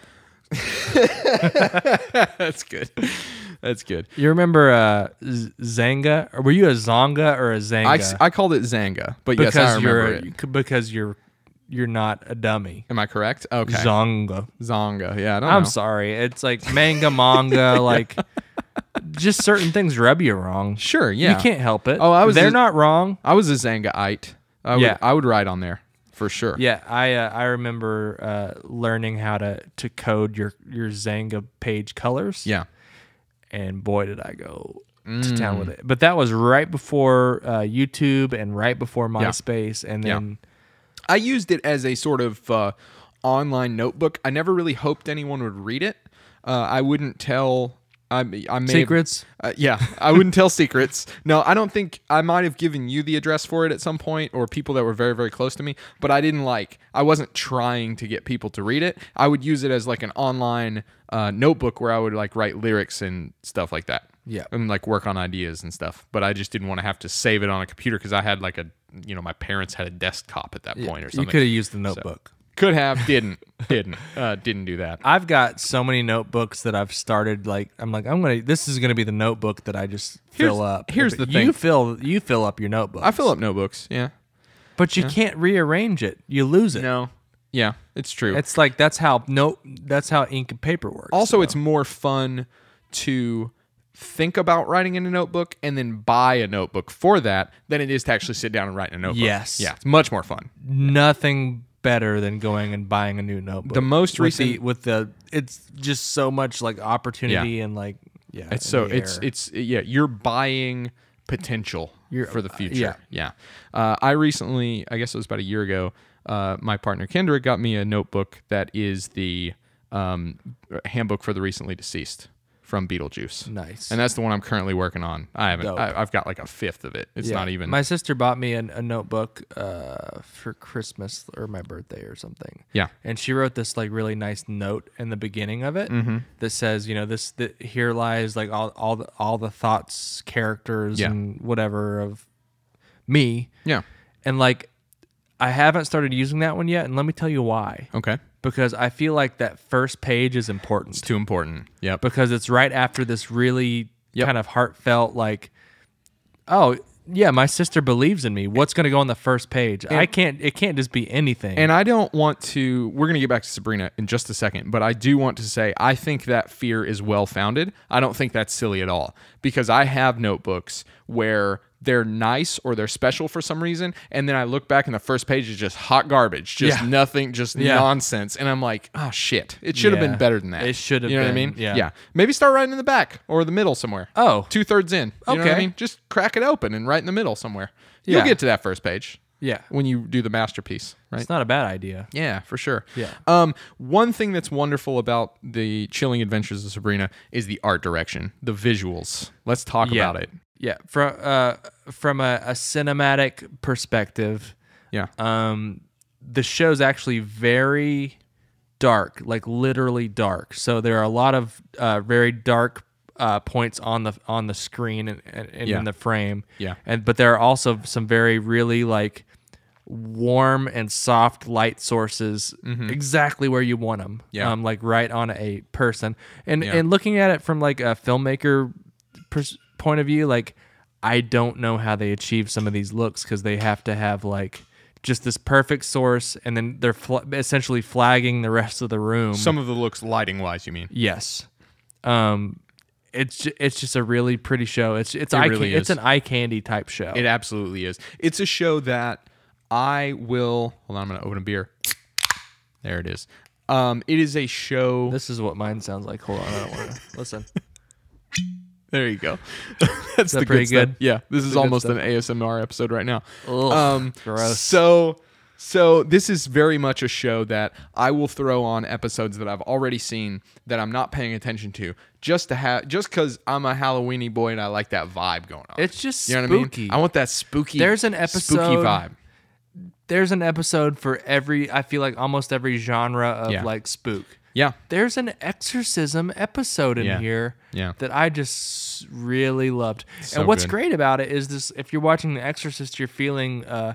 [SPEAKER 3] That's good. That's good.
[SPEAKER 2] You remember uh, Z- Zanga? Or were you a Zonga or a Zanga?
[SPEAKER 3] I, I called it Zanga, but
[SPEAKER 2] because
[SPEAKER 3] yes, I remember
[SPEAKER 2] you're
[SPEAKER 3] it.
[SPEAKER 2] c- because you're you're not a dummy.
[SPEAKER 3] Am I correct? Okay.
[SPEAKER 2] Zonga.
[SPEAKER 3] Zonga. Yeah, I don't
[SPEAKER 2] I'm
[SPEAKER 3] know.
[SPEAKER 2] sorry. It's like manga, manga, like just certain things rub you wrong.
[SPEAKER 3] Sure, yeah.
[SPEAKER 2] You can't help it.
[SPEAKER 3] Oh, I was
[SPEAKER 2] They're
[SPEAKER 3] just-
[SPEAKER 2] not wrong.
[SPEAKER 3] I was a Zangaite. I would,
[SPEAKER 2] Yeah.
[SPEAKER 3] I would ride on there for sure.
[SPEAKER 2] Yeah, I uh, I remember uh, learning how to to code your your Zanga page colors.
[SPEAKER 3] Yeah.
[SPEAKER 2] and boy did I go to town
[SPEAKER 3] Mm.
[SPEAKER 2] with it. But that was right before uh, YouTube and right before MySpace, and
[SPEAKER 3] Yeah.
[SPEAKER 2] then
[SPEAKER 3] I used it as a sort of uh, online notebook. I never really hoped anyone would read it. Uh, I wouldn't tell. I, I may have-
[SPEAKER 2] Secrets?
[SPEAKER 3] uh, yeah, I wouldn't tell secrets. No, I don't think I might have given you the address for it at some point, or people that were very, very close to me. But I didn't like. I wasn't trying to get people to read it. I would use it as like an online uh, notebook where I would like write lyrics and stuff like that.
[SPEAKER 2] Yeah.
[SPEAKER 3] and like work on ideas and stuff. But I just didn't want to have to save it on a computer because I had like a you know my parents had a desktop at that point or
[SPEAKER 2] you
[SPEAKER 3] something.
[SPEAKER 2] could have used the notebook.
[SPEAKER 3] Could have, didn't, didn't, uh, didn't do that.
[SPEAKER 2] I've got so many notebooks that I've started. Like I'm like I'm gonna. This is gonna be the notebook that I just fill
[SPEAKER 3] Here's-
[SPEAKER 2] up.
[SPEAKER 3] here's
[SPEAKER 2] But
[SPEAKER 3] the
[SPEAKER 2] You
[SPEAKER 3] thing.
[SPEAKER 2] fill you fill up your notebook.
[SPEAKER 3] I fill up notebooks. Yeah.
[SPEAKER 2] but you can't rearrange it. You lose it.
[SPEAKER 3] No. Yeah, it's true.
[SPEAKER 2] It's like that's how note. That's how ink and paper works.
[SPEAKER 3] also, it's more fun to think about writing in a notebook and then buy a notebook for that than it is to actually sit down and write in a notebook.
[SPEAKER 2] Yes.
[SPEAKER 3] Yeah, it's much more fun.
[SPEAKER 2] nothing better than going and buying a new notebook.
[SPEAKER 3] The most
[SPEAKER 2] With the-
[SPEAKER 3] recent-
[SPEAKER 2] with the it's just so much like opportunity
[SPEAKER 3] Yeah.
[SPEAKER 2] and like yeah.
[SPEAKER 3] It's
[SPEAKER 2] in
[SPEAKER 3] so
[SPEAKER 2] the
[SPEAKER 3] it's
[SPEAKER 2] air.
[SPEAKER 3] it's yeah, you're buying potential for the future.
[SPEAKER 2] yeah.
[SPEAKER 3] yeah. Uh, I recently, I guess it was about a year ago, uh, my partner Kendra got me a notebook that is the um, handbook for the recently deceased from Beetlejuice.
[SPEAKER 2] Nice.
[SPEAKER 3] And that's the one I'm currently working on. I haven't.
[SPEAKER 2] Dope.
[SPEAKER 3] I, I've got like a fifth of it. It's
[SPEAKER 2] Yeah.
[SPEAKER 3] not even.
[SPEAKER 2] My sister bought me an, a notebook uh, for Christmas or my birthday or something.
[SPEAKER 3] yeah.
[SPEAKER 2] And she wrote this like really nice note in the beginning of it
[SPEAKER 3] Mm-hmm.
[SPEAKER 2] that says, you know, this that here lies like all all the, all the thoughts, characters,
[SPEAKER 3] Yeah.
[SPEAKER 2] and whatever of me.
[SPEAKER 3] Yeah.
[SPEAKER 2] And like, I haven't started using that one yet, and let me tell you why.
[SPEAKER 3] Okay.
[SPEAKER 2] Because I feel like that first page is important
[SPEAKER 3] It's too important. Yeah. But
[SPEAKER 2] because it's right after this really
[SPEAKER 3] Yep.
[SPEAKER 2] kind of heartfelt like oh yeah my sister believes in me what's going to go on the first page i can't it can't just be anything
[SPEAKER 3] and I don't want to. We're gonna get back to Sabrina in just a second, but I do want to say I think that fear is well founded. I don't think that's silly at all because I have notebooks where they're nice or they're special for some reason, and then I look back and the first page is just hot garbage, just
[SPEAKER 2] Yeah.
[SPEAKER 3] nothing, just
[SPEAKER 2] Yeah.
[SPEAKER 3] nonsense, and I'm like, oh shit, it should have
[SPEAKER 2] Yeah.
[SPEAKER 3] been better than that.
[SPEAKER 2] It should have
[SPEAKER 3] You know
[SPEAKER 2] been,
[SPEAKER 3] what I mean?
[SPEAKER 2] yeah.
[SPEAKER 3] Yeah. Maybe start right in the back or the middle somewhere.
[SPEAKER 2] Oh.
[SPEAKER 3] Two thirds in. You Know what I
[SPEAKER 2] Okay.
[SPEAKER 3] mean? Just crack it open and right in the middle somewhere. You'll
[SPEAKER 2] Yeah.
[SPEAKER 3] get to that first page
[SPEAKER 2] yeah
[SPEAKER 3] when you do the masterpiece, right?
[SPEAKER 2] it's not a bad idea
[SPEAKER 3] Yeah, for sure.
[SPEAKER 2] Yeah.
[SPEAKER 3] Um, one thing that's wonderful about the Chilling Adventures of Sabrina is the art direction, the visuals. Let's talk
[SPEAKER 2] Yeah.
[SPEAKER 3] about it.
[SPEAKER 2] yeah from uh from a, a cinematic perspective
[SPEAKER 3] Yeah.
[SPEAKER 2] um the show's actually very dark like literally dark so there are a lot of uh, very dark uh, points on the on the screen and, and, and
[SPEAKER 3] Yeah.
[SPEAKER 2] in the frame
[SPEAKER 3] Yeah.
[SPEAKER 2] and but there are also some very really like warm and soft light sources exactly where you want them
[SPEAKER 3] Mm-hmm. Yeah.
[SPEAKER 2] um like right on a person and
[SPEAKER 3] Yeah.
[SPEAKER 2] and looking at it from like a filmmaker pers- point of view like i don't know how they achieve some of these looks because they have to have like just this perfect source and then they're fl- essentially flagging the rest of the room
[SPEAKER 3] Some of the looks lighting wise, you mean?
[SPEAKER 2] yes um it's ju- it's just a really pretty show it's it's eye
[SPEAKER 3] really
[SPEAKER 2] can- it's
[SPEAKER 3] is.
[SPEAKER 2] an eye candy type show
[SPEAKER 3] It absolutely is. It's a show that I will hold on, I'm gonna open a beer. There it is. Um, it is a show
[SPEAKER 2] This is what mine sounds like. Hold on, I don't want to listen.
[SPEAKER 3] There you go. That's the
[SPEAKER 2] pretty
[SPEAKER 3] good, stuff.
[SPEAKER 2] good?
[SPEAKER 3] Yeah, this is
[SPEAKER 2] good
[SPEAKER 3] almost an
[SPEAKER 2] stuff.
[SPEAKER 3] ASMR episode right now. Um,
[SPEAKER 2] Ugh, gross.
[SPEAKER 3] So, so this is very much a show that I will throw on episodes that I've already seen that I'm not paying attention to, just to have, just because I'm a Halloweeny boy and I like that vibe going on.
[SPEAKER 2] It's just
[SPEAKER 3] you know what I
[SPEAKER 2] spooky.
[SPEAKER 3] mean. I want that spooky.
[SPEAKER 2] There's an
[SPEAKER 3] spooky
[SPEAKER 2] episode-
[SPEAKER 3] vibe.
[SPEAKER 2] There's an episode for every. I feel like almost every genre of
[SPEAKER 3] Yeah.
[SPEAKER 2] like spook.
[SPEAKER 3] Yeah,
[SPEAKER 2] There's an exorcism episode in
[SPEAKER 3] Yeah.
[SPEAKER 2] here
[SPEAKER 3] Yeah.
[SPEAKER 2] that I just really loved.
[SPEAKER 3] So
[SPEAKER 2] and what's
[SPEAKER 3] good.
[SPEAKER 2] great about it is this: if you're watching The Exorcist, you're feeling. Uh,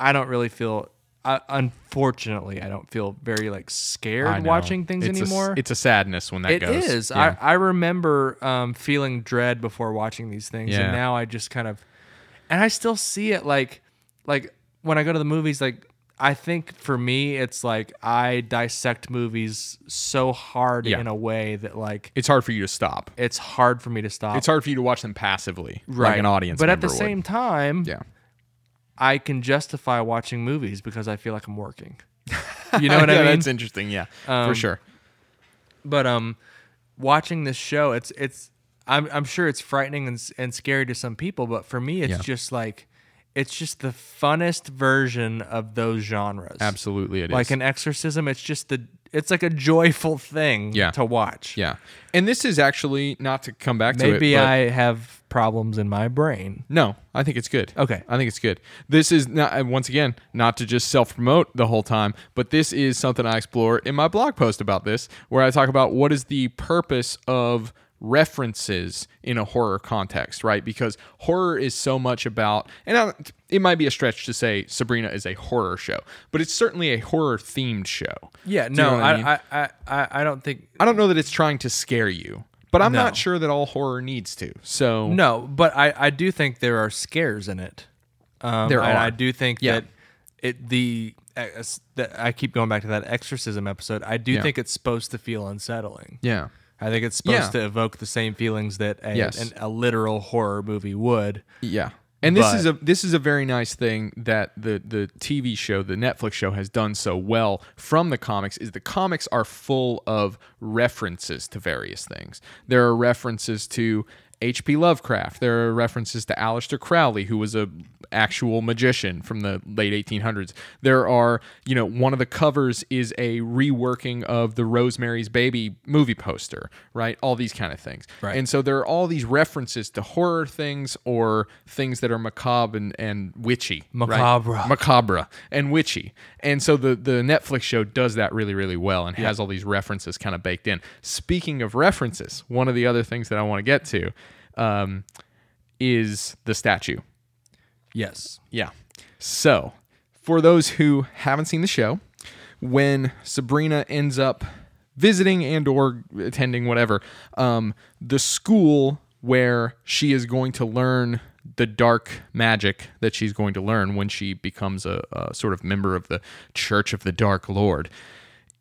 [SPEAKER 2] I don't really feel. I unfortunately, I don't feel very like
[SPEAKER 3] I
[SPEAKER 2] scared
[SPEAKER 3] know.
[SPEAKER 2] watching things
[SPEAKER 3] It's a s-
[SPEAKER 2] anymore.
[SPEAKER 3] it's a sadness when that
[SPEAKER 2] It
[SPEAKER 3] goes.
[SPEAKER 2] is.
[SPEAKER 3] Yeah.
[SPEAKER 2] I, I remember um, feeling dread before watching these things,
[SPEAKER 3] Yeah.
[SPEAKER 2] and now I just kind of, and I still see it like, like when I go to the movies, like I think for me, it's like I dissect movies so hard
[SPEAKER 3] Yeah.
[SPEAKER 2] in a way that like
[SPEAKER 3] it's hard for you to stop.
[SPEAKER 2] it's hard for me to stop.
[SPEAKER 3] It's hard for you to watch them passively, like
[SPEAKER 2] Oh. Right.
[SPEAKER 3] an audience.
[SPEAKER 2] but at the
[SPEAKER 3] member would.
[SPEAKER 2] same time,
[SPEAKER 3] yeah.
[SPEAKER 2] I can justify watching movies because I feel like I'm working. You know what
[SPEAKER 3] yeah,
[SPEAKER 2] I mean? Um,
[SPEAKER 3] That's interesting. Yeah, for sure.
[SPEAKER 2] but um watching this show it's it's i'm i'm sure it's frightening and, s- and scary to some people but for me it's
[SPEAKER 3] Yeah.
[SPEAKER 2] just like it's just the funnest version of those genres
[SPEAKER 3] Absolutely, it is.
[SPEAKER 2] like an exorcism it's just the it's like a joyful thing
[SPEAKER 3] Yeah.
[SPEAKER 2] to watch
[SPEAKER 3] yeah, and this is actually not to come back to it.
[SPEAKER 2] maybe
[SPEAKER 3] but-
[SPEAKER 2] i have problems in my brain
[SPEAKER 3] No, I think it's good.
[SPEAKER 2] Okay.
[SPEAKER 3] I think it's good. This is not and once again not to just self promote the whole time, but this is something I explore in my blog post about this, where I talk about what is the purpose of references in a horror context, right? Because horror is so much about, and I, it might be a stretch to say Sabrina is a horror show, but it's certainly a horror themed show.
[SPEAKER 2] yeah
[SPEAKER 3] Do you know
[SPEAKER 2] no
[SPEAKER 3] what
[SPEAKER 2] I,
[SPEAKER 3] mean?
[SPEAKER 2] I, I i i don't think
[SPEAKER 3] I don't know that it's trying to scare you, but I'm
[SPEAKER 2] No.
[SPEAKER 3] not sure that all horror needs to. So
[SPEAKER 2] no but i i do think there are scares in it um
[SPEAKER 3] There
[SPEAKER 2] and
[SPEAKER 3] are.
[SPEAKER 2] i do think
[SPEAKER 3] Yeah.
[SPEAKER 2] that it the uh, s- that I keep going back to that exorcism episode. I do
[SPEAKER 3] Yeah.
[SPEAKER 2] think it's supposed to feel unsettling.
[SPEAKER 3] yeah,
[SPEAKER 2] I think it's supposed
[SPEAKER 3] Yeah.
[SPEAKER 2] to evoke the same feelings that a,
[SPEAKER 3] Yes.
[SPEAKER 2] an, a literal horror movie would.
[SPEAKER 3] yeah. And this
[SPEAKER 2] But-
[SPEAKER 3] is a this is a very nice thing that the the TV show, the Netflix show, has done so well from the comics is the comics are full of references to various things. There are references to H.P. Lovecraft. There are references to Aleister Crowley, who was a actual magician from the late 1800s. There are, you know, one of the covers is a reworking of the Rosemary's Baby movie poster, right? All these kind of things.
[SPEAKER 2] Right.
[SPEAKER 3] And so there are all these references to horror things or things that are macabre and, and witchy. right?
[SPEAKER 2] Macabre.
[SPEAKER 3] macabre and witchy and so the the netflix show does that really really well and has all these references kind of baked in speaking of references one of the other things that i want to get to um, is the statue
[SPEAKER 2] Yes.
[SPEAKER 3] yeah so for those who haven't seen the show when sabrina ends up visiting and or attending whatever um, the school where she is going to learn the dark magic that she's going to learn when she becomes a, a sort of member of the church of the dark lord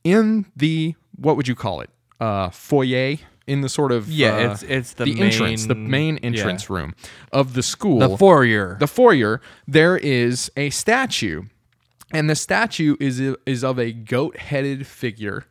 [SPEAKER 3] in the what would you call it uh foyer in the sort of
[SPEAKER 2] Yeah,
[SPEAKER 3] uh,
[SPEAKER 2] it's- it's the
[SPEAKER 3] entrance the
[SPEAKER 2] main-
[SPEAKER 3] main
[SPEAKER 2] yeah.
[SPEAKER 3] entrance room of the school
[SPEAKER 2] The foyer.
[SPEAKER 3] the foyer, there is a statue, and the statue is is of a goat-headed figure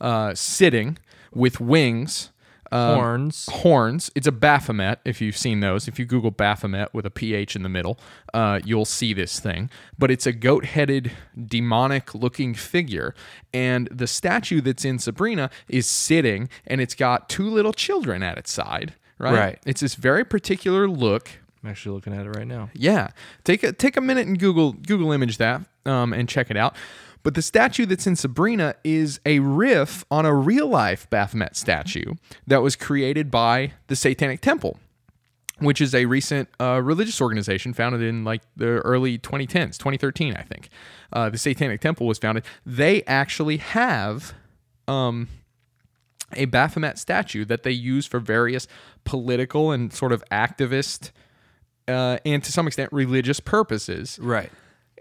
[SPEAKER 3] uh, sitting with wings, um,
[SPEAKER 2] horns.
[SPEAKER 3] horns. It's a Baphomet. If you've seen those, if you Google Baphomet with a PH in the middle, uh, you'll see this thing. But it's a goat-headed, demonic-looking figure, and the statue that's in Sabrina is sitting, and it's got two little children at its side. Right.
[SPEAKER 2] Right.
[SPEAKER 3] It's this very particular look
[SPEAKER 2] I'm actually looking at it right now.
[SPEAKER 3] yeah, take a take a minute and Google Google image that um, and check it out. But the statue that's in Sabrina is a riff on a real life Baphomet statue that was created by the Satanic Temple, which is a recent uh, religious organization founded in like the early 2010s, 2013, I think. Uh, the Satanic Temple was founded. They actually have um, a Baphomet statue that they use for various political and sort of activist uh, and to some extent religious purposes.
[SPEAKER 2] Right.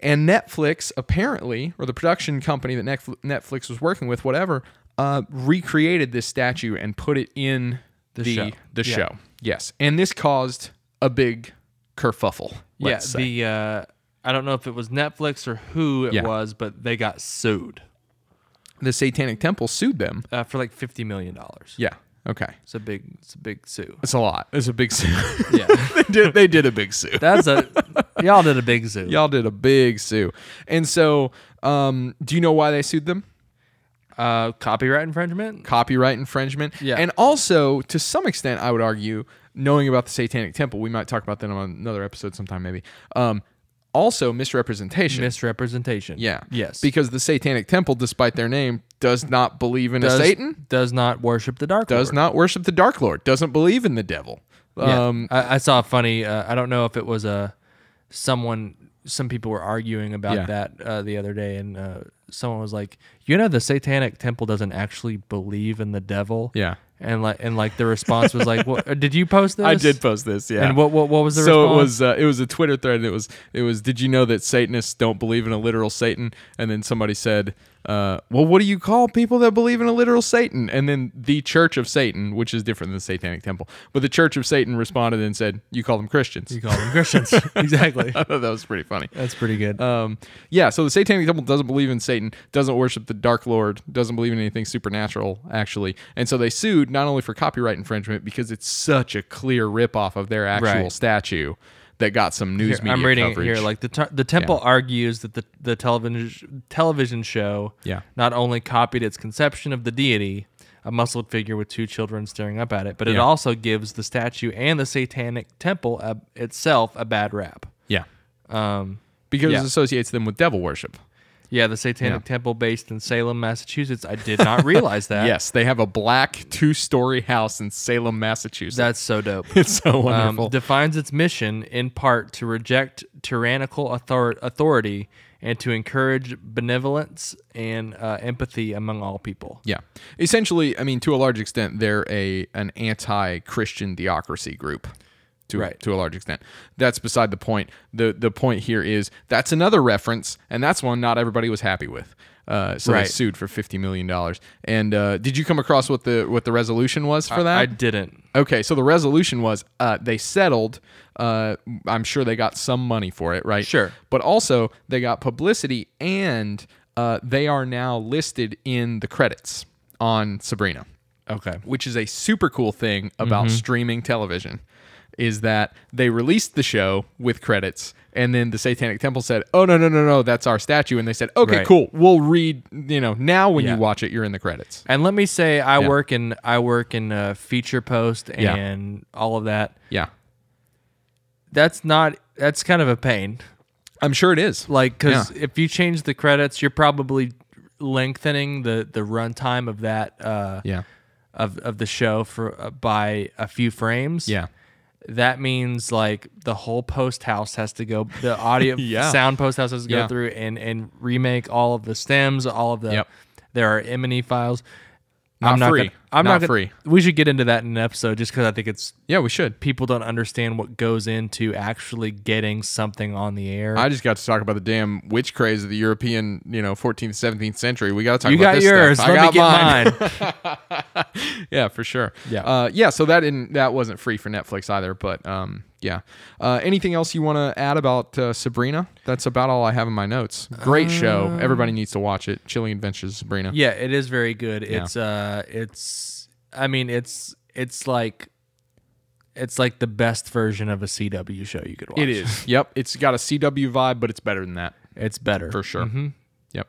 [SPEAKER 3] And Netflix apparently, or the production company that Netf- Netflix was working with, whatever, uh, recreated this statue and put it in the the show.
[SPEAKER 2] show. Yeah.
[SPEAKER 3] Yes, and this caused a big kerfuffle.
[SPEAKER 2] Yeah.
[SPEAKER 3] Let's say.
[SPEAKER 2] The uh, I don't know if it was Netflix or who it
[SPEAKER 3] Yeah.
[SPEAKER 2] was, but they got sued
[SPEAKER 3] the Satanic Temple sued them.
[SPEAKER 2] uh, for like fifty million dollars.
[SPEAKER 3] Yeah. Okay.
[SPEAKER 2] It's a big. It's a big sue.
[SPEAKER 3] It's a lot. It's a big sue.
[SPEAKER 2] Yeah.
[SPEAKER 3] they did. They did a big sue.
[SPEAKER 2] That's a. y'all did a big zoo.
[SPEAKER 3] Y'all did a big sue. And so, um, do you know why they sued them?
[SPEAKER 2] Uh, copyright infringement.
[SPEAKER 3] copyright infringement.
[SPEAKER 2] Yeah.
[SPEAKER 3] And also, to some extent, I would argue, knowing about the Satanic Temple, we might talk about that on another episode sometime, maybe. Um, also, misrepresentation.
[SPEAKER 2] Misrepresentation.
[SPEAKER 3] yeah.
[SPEAKER 2] Yes.
[SPEAKER 3] Because the Satanic Temple, despite their name, does not believe in
[SPEAKER 2] does,
[SPEAKER 3] a Satan,
[SPEAKER 2] does not worship the dark.
[SPEAKER 3] does
[SPEAKER 2] Lord.
[SPEAKER 3] not worship the Dark Lord, doesn't believe in the devil.
[SPEAKER 2] Yeah.
[SPEAKER 3] Um,
[SPEAKER 2] I, I saw a funny. Uh, I don't know if it was a someone. Some people were arguing about
[SPEAKER 3] Yeah.
[SPEAKER 2] that uh, the other day, and uh, someone was like, "You know, the Satanic Temple doesn't actually believe in the devil."
[SPEAKER 3] Yeah.
[SPEAKER 2] And like, and like, the response was like, "What? Did you post this?"
[SPEAKER 3] I did post this, yeah.
[SPEAKER 2] And what? What, what was the
[SPEAKER 3] so
[SPEAKER 2] response?
[SPEAKER 3] it was uh, it was a Twitter thread. And it was it was did you know that Satanists don't believe in a literal Satan? And then somebody said, uh, well, what do you call people that believe in a literal Satan? And then the Church of Satan, which is different than the Satanic Temple, but the Church of Satan responded and said, you call them Christians.
[SPEAKER 2] You call them Christians. exactly.
[SPEAKER 3] I thought that was pretty funny.
[SPEAKER 2] That's pretty good.
[SPEAKER 3] Um, yeah, so the Satanic Temple doesn't believe in Satan, doesn't worship the Dark Lord, doesn't believe in anything supernatural, actually. And so they sued not only for copyright infringement because it's such a clear ripoff of their actual
[SPEAKER 2] Right.
[SPEAKER 3] statue that got some news
[SPEAKER 2] Here,
[SPEAKER 3] media
[SPEAKER 2] I'm reading
[SPEAKER 3] coverage.
[SPEAKER 2] it here. Like the t- the temple argues that the the television television show
[SPEAKER 3] Yeah.
[SPEAKER 2] not only copied its conception of the deity, a muscled figure with two children staring up at it, but it
[SPEAKER 3] Yeah.
[SPEAKER 2] also gives the statue and the satanic temple a, itself a bad rap.
[SPEAKER 3] yeah,
[SPEAKER 2] Um,
[SPEAKER 3] because
[SPEAKER 2] Yeah.
[SPEAKER 3] it associates them with devil worship.
[SPEAKER 2] yeah, the satanic temple based in Salem, Massachusetts. I did not realize that.
[SPEAKER 3] Yes, they have a black two-story house in Salem, Massachusetts.
[SPEAKER 2] that's so dope.
[SPEAKER 3] it's so
[SPEAKER 2] um,
[SPEAKER 3] wonderful.
[SPEAKER 2] defines its mission in part to reject tyrannical author- authority and to encourage benevolence and uh, empathy among all people.
[SPEAKER 3] Yeah. Essentially, I mean, to a large extent, they're a an anti-Christian theocracy group. To,
[SPEAKER 2] Right.
[SPEAKER 3] to a large extent. That's beside the point. The the point here is that's another reference, and that's one not everybody was happy with. Uh, so they
[SPEAKER 2] Right.
[SPEAKER 3] sued for fifty million dollars. And uh, did you come across what the what the resolution was for that?
[SPEAKER 2] I didn't.
[SPEAKER 3] Okay, so the resolution was uh, they settled. Uh, I'm sure they got some money for it, right?
[SPEAKER 2] Sure.
[SPEAKER 3] But also, they got publicity and uh, they are now listed in the credits on Sabrina.
[SPEAKER 2] Okay. Mm-hmm.
[SPEAKER 3] which is a super cool thing about streaming television is that they released the show with credits and then the satanic temple said oh no no no no that's our statue and they said okay
[SPEAKER 2] Right.
[SPEAKER 3] cool we'll read you know now when
[SPEAKER 2] Yeah.
[SPEAKER 3] you watch it you're in the credits
[SPEAKER 2] And let me say, I work in I work in uh, feature post
[SPEAKER 3] Yeah.
[SPEAKER 2] and all of that.
[SPEAKER 3] yeah
[SPEAKER 2] That's not. That's kind of a pain.
[SPEAKER 3] i'm sure it is
[SPEAKER 2] Like, because
[SPEAKER 3] Yeah.
[SPEAKER 2] if you change the credits, you're probably lengthening the the runtime of that uh,
[SPEAKER 3] yeah
[SPEAKER 2] of of the show for uh, by a few frames.
[SPEAKER 3] yeah
[SPEAKER 2] that means like the whole post house has to go the audio
[SPEAKER 3] Yeah.
[SPEAKER 2] sound post house has to go
[SPEAKER 3] Yeah.
[SPEAKER 2] through and and remake all of the stems all of the
[SPEAKER 3] Yep.
[SPEAKER 2] there are m&e files
[SPEAKER 3] Not free.
[SPEAKER 2] gonna, i'm
[SPEAKER 3] Not
[SPEAKER 2] gonna-
[SPEAKER 3] free.
[SPEAKER 2] we should get into that in an episode just because i think it's
[SPEAKER 3] yeah we should
[SPEAKER 2] people don't understand what goes into actually getting something on the air
[SPEAKER 3] i just got to talk about the damn witch craze of the european you know 14th 17th century we got to talk
[SPEAKER 2] you
[SPEAKER 3] about
[SPEAKER 2] got
[SPEAKER 3] this
[SPEAKER 2] yours
[SPEAKER 3] stuff.
[SPEAKER 2] let
[SPEAKER 3] i got
[SPEAKER 2] me get mine,
[SPEAKER 3] yeah, for sure.
[SPEAKER 2] Yeah.
[SPEAKER 3] uh, yeah. So that didn't that wasn't free for Netflix either, but um, yeah. Uh, anything else you want to add about uh, Sabrina? That's about all I have in my notes. Great show. Everybody needs to watch it. Chilling Adventures of Sabrina.
[SPEAKER 2] Uh, yeah it is very good it's uh it's i mean it's it's like it's like the best version of a cw show you could watch
[SPEAKER 3] it is. yep, it's got a CW vibe, but it's better than that
[SPEAKER 2] it's better
[SPEAKER 3] for sure.
[SPEAKER 2] Mm-hmm.
[SPEAKER 3] Yep.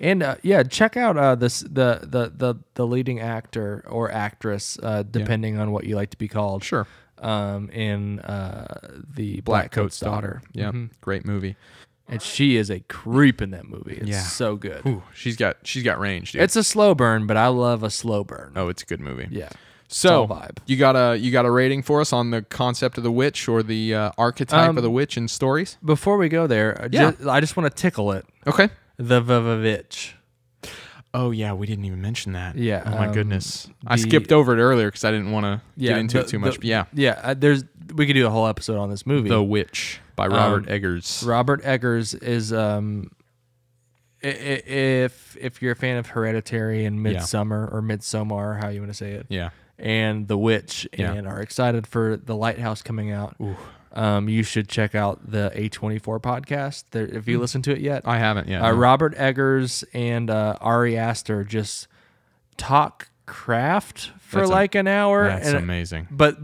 [SPEAKER 2] And uh, yeah, check out uh, this the, the the the leading actor or actress, uh, depending on what you like to be called.
[SPEAKER 3] Sure.
[SPEAKER 2] Um, in uh, the Black Coat's daughter, Mm-hmm.
[SPEAKER 3] Yeah. Great movie.
[SPEAKER 2] and she is a creep in that movie. It's
[SPEAKER 3] Yeah.
[SPEAKER 2] so good.
[SPEAKER 3] Ooh, she's got she's got range, dude.
[SPEAKER 2] It's a slow burn, but I love a slow burn.
[SPEAKER 3] oh, it's a good movie.
[SPEAKER 2] Yeah,
[SPEAKER 3] So
[SPEAKER 2] all vibe.
[SPEAKER 3] you got a you got a rating for us on the concept of the witch or the uh, archetype of the witch in stories?
[SPEAKER 2] Before we go there,
[SPEAKER 3] Yeah.
[SPEAKER 2] just, I just want to tickle it.
[SPEAKER 3] Okay.
[SPEAKER 2] The Vavavitch.
[SPEAKER 3] Oh yeah, we didn't even mention that.
[SPEAKER 2] Yeah,
[SPEAKER 3] Oh my
[SPEAKER 2] um,
[SPEAKER 3] goodness. I
[SPEAKER 2] the-
[SPEAKER 3] skipped over it earlier because I didn't want to
[SPEAKER 2] Yeah,
[SPEAKER 3] get into
[SPEAKER 2] the-
[SPEAKER 3] it too much.
[SPEAKER 2] the-
[SPEAKER 3] but yeah.
[SPEAKER 2] Yeah, uh, there's we could do a whole episode on this movie.
[SPEAKER 3] The Witch Um, by Robert Eggers.
[SPEAKER 2] Robert Eggers is um i- i- if if you're a fan of Hereditary and Midsummer or Midsummer, how you want to say it,
[SPEAKER 3] Yeah.
[SPEAKER 2] and The Witch,
[SPEAKER 3] Yeah.
[SPEAKER 2] and are excited for The Lighthouse coming out, um, you should check out the A24 podcast. There, if you listen to it yet,
[SPEAKER 3] Hmm. I haven't yet.
[SPEAKER 2] uh, Robert Eggers and uh, Ari Aster just talk craft for
[SPEAKER 3] That's a-
[SPEAKER 2] like an hour.
[SPEAKER 3] That's
[SPEAKER 2] and
[SPEAKER 3] amazing.
[SPEAKER 2] but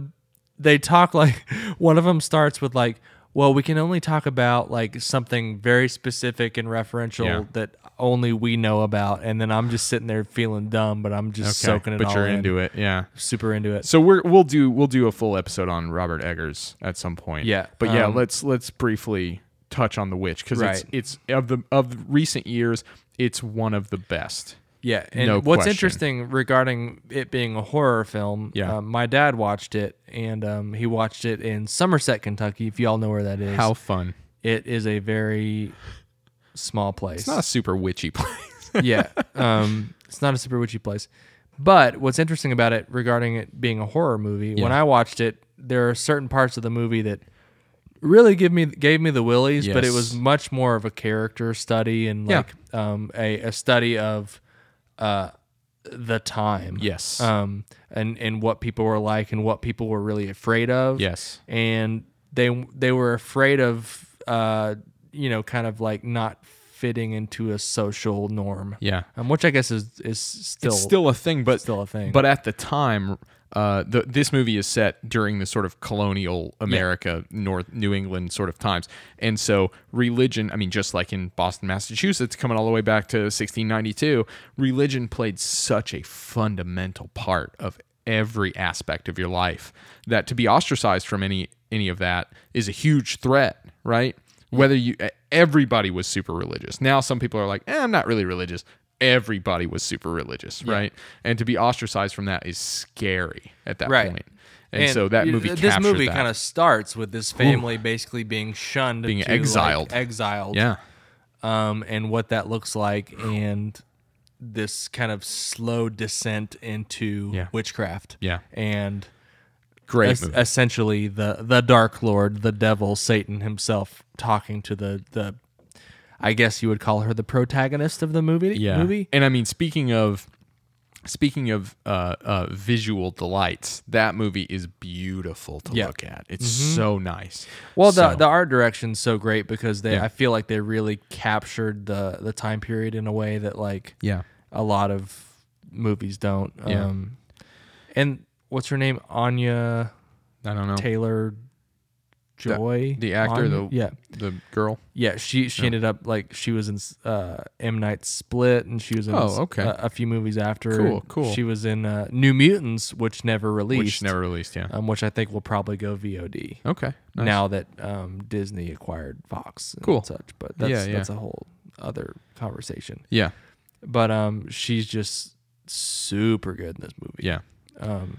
[SPEAKER 2] they talk like one of them starts with like well we can only talk about like something very specific and referential
[SPEAKER 3] Yeah.
[SPEAKER 2] that only we know about and then i'm just sitting there feeling dumb but i'm just
[SPEAKER 3] Okay,
[SPEAKER 2] soaking it
[SPEAKER 3] but
[SPEAKER 2] all
[SPEAKER 3] you're
[SPEAKER 2] in.
[SPEAKER 3] into it. Yeah.
[SPEAKER 2] super into it
[SPEAKER 3] So we're we'll do we'll do a full episode on Robert Eggers at some point.
[SPEAKER 2] Yeah,
[SPEAKER 3] But yeah,
[SPEAKER 2] um,
[SPEAKER 3] let's let's briefly touch on The Witch because
[SPEAKER 2] Right.
[SPEAKER 3] it's it's of the of recent years, it's one of the best.
[SPEAKER 2] yeah and
[SPEAKER 3] No
[SPEAKER 2] what's
[SPEAKER 3] question.
[SPEAKER 2] interesting regarding it being a horror film
[SPEAKER 3] Yeah.
[SPEAKER 2] uh, my dad watched it and um, he watched it in somerset kentucky if y'all know where that is
[SPEAKER 3] How fun.
[SPEAKER 2] it is a very small place
[SPEAKER 3] It's not a super witchy place.
[SPEAKER 2] yeah. Um, it's not a super witchy place. But what's interesting about it regarding it being a horror movie, when I watched it, there are certain parts of the movie that really give me gave me the willies, but it
[SPEAKER 3] Yes.
[SPEAKER 2] was much more of a character study and
[SPEAKER 3] Yeah.
[SPEAKER 2] like um, a, a study of uh, the time.
[SPEAKER 3] yes.
[SPEAKER 2] Um, and, and what people were like and what people were really afraid of
[SPEAKER 3] yes.
[SPEAKER 2] and they they were afraid of uh you know kind of like not fitting into a social norm
[SPEAKER 3] Yeah.
[SPEAKER 2] um, which i guess is is still
[SPEAKER 3] it's still a thing, but
[SPEAKER 2] still a thing.
[SPEAKER 3] But at the time, uh, the, this movie is set during the sort of colonial America, North New England sort of times, and so religion. I mean, just like in Boston, Massachusetts, coming all the way back to 1692, religion played such a fundamental part of every aspect of your life that to be ostracized from any any of that is a huge threat, right? Whether you e, everybody was super religious. Now some people are like, eh, I'm not really religious everybody was super religious, right? And to be ostracized from that is scary at that
[SPEAKER 2] Right.
[SPEAKER 3] point. And, so that
[SPEAKER 2] you-
[SPEAKER 3] movie
[SPEAKER 2] this movie
[SPEAKER 3] kind
[SPEAKER 2] kind of starts with this family basically being shunned,
[SPEAKER 3] Being
[SPEAKER 2] to, like,
[SPEAKER 3] exiled.
[SPEAKER 2] exiled,
[SPEAKER 3] yeah,
[SPEAKER 2] um, and what that looks like, and this kind of slow descent into
[SPEAKER 3] Yeah.
[SPEAKER 2] witchcraft,
[SPEAKER 3] Yeah.
[SPEAKER 2] and
[SPEAKER 3] great
[SPEAKER 2] es-
[SPEAKER 3] movie.
[SPEAKER 2] essentially the the dark lord the devil satan himself talking to the the i guess you would call her the protagonist of the movie
[SPEAKER 3] yeah.
[SPEAKER 2] movie
[SPEAKER 3] And I mean, speaking of speaking of uh, uh, visual delights, that movie is beautiful to
[SPEAKER 2] Yeah. Mm-hmm.
[SPEAKER 3] look at. It's so nice.
[SPEAKER 2] well the,
[SPEAKER 3] So-
[SPEAKER 2] the art direction's so great because they
[SPEAKER 3] Yeah.
[SPEAKER 2] i feel like they really captured the the time period in a way that like
[SPEAKER 3] yeah.
[SPEAKER 2] a lot of movies don't
[SPEAKER 3] Yeah.
[SPEAKER 2] um And what's her name? Anya
[SPEAKER 3] I don't know.
[SPEAKER 2] Taylor Joy,
[SPEAKER 3] Oh. the actor,
[SPEAKER 2] Anya?
[SPEAKER 3] the-
[SPEAKER 2] yeah,
[SPEAKER 3] The girl.
[SPEAKER 2] yeah. She
[SPEAKER 3] Oh.
[SPEAKER 2] she ended up like she was in uh, M Night Split, and she was in uh,
[SPEAKER 3] Oh, okay.
[SPEAKER 2] a, a few movies after.
[SPEAKER 3] Cool, cool.
[SPEAKER 2] She was in uh, New Mutants, which never released,
[SPEAKER 3] Which never released, yeah.
[SPEAKER 2] um, which I think will probably go VOD
[SPEAKER 3] Okay. nice.
[SPEAKER 2] now that um, Disney acquired Fox. And
[SPEAKER 3] Cool.
[SPEAKER 2] such, but that's
[SPEAKER 3] Yeah, yeah.
[SPEAKER 2] that's a whole other conversation.
[SPEAKER 3] Yeah.
[SPEAKER 2] But um, she's just super good in this movie.
[SPEAKER 3] Yeah.
[SPEAKER 2] Um,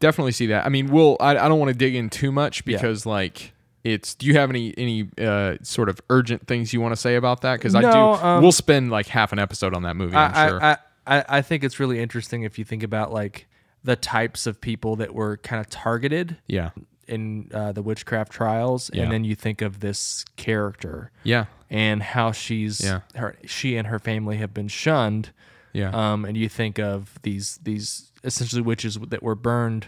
[SPEAKER 3] Definitely see that. I mean, we'll I, I don't want to dig in too much
[SPEAKER 2] Yeah.
[SPEAKER 3] because like it's do you have any any uh, sort of urgent things you want to say about that? Because I
[SPEAKER 2] No,
[SPEAKER 3] do
[SPEAKER 2] um,
[SPEAKER 3] we'll spend like half an episode on that movie, I, am
[SPEAKER 2] I,
[SPEAKER 3] sure.
[SPEAKER 2] I, I, I- I think it's really interesting if you think about like the types of people that were kind of targeted
[SPEAKER 3] yeah.
[SPEAKER 2] in uh, the witchcraft trials,
[SPEAKER 3] Yeah.
[SPEAKER 2] and then you think of this character
[SPEAKER 3] Yeah.
[SPEAKER 2] and how she's
[SPEAKER 3] Yeah.
[SPEAKER 2] her she and her family have been shunned,
[SPEAKER 3] Yeah.
[SPEAKER 2] um, and you think of these these essentially witches that were burned,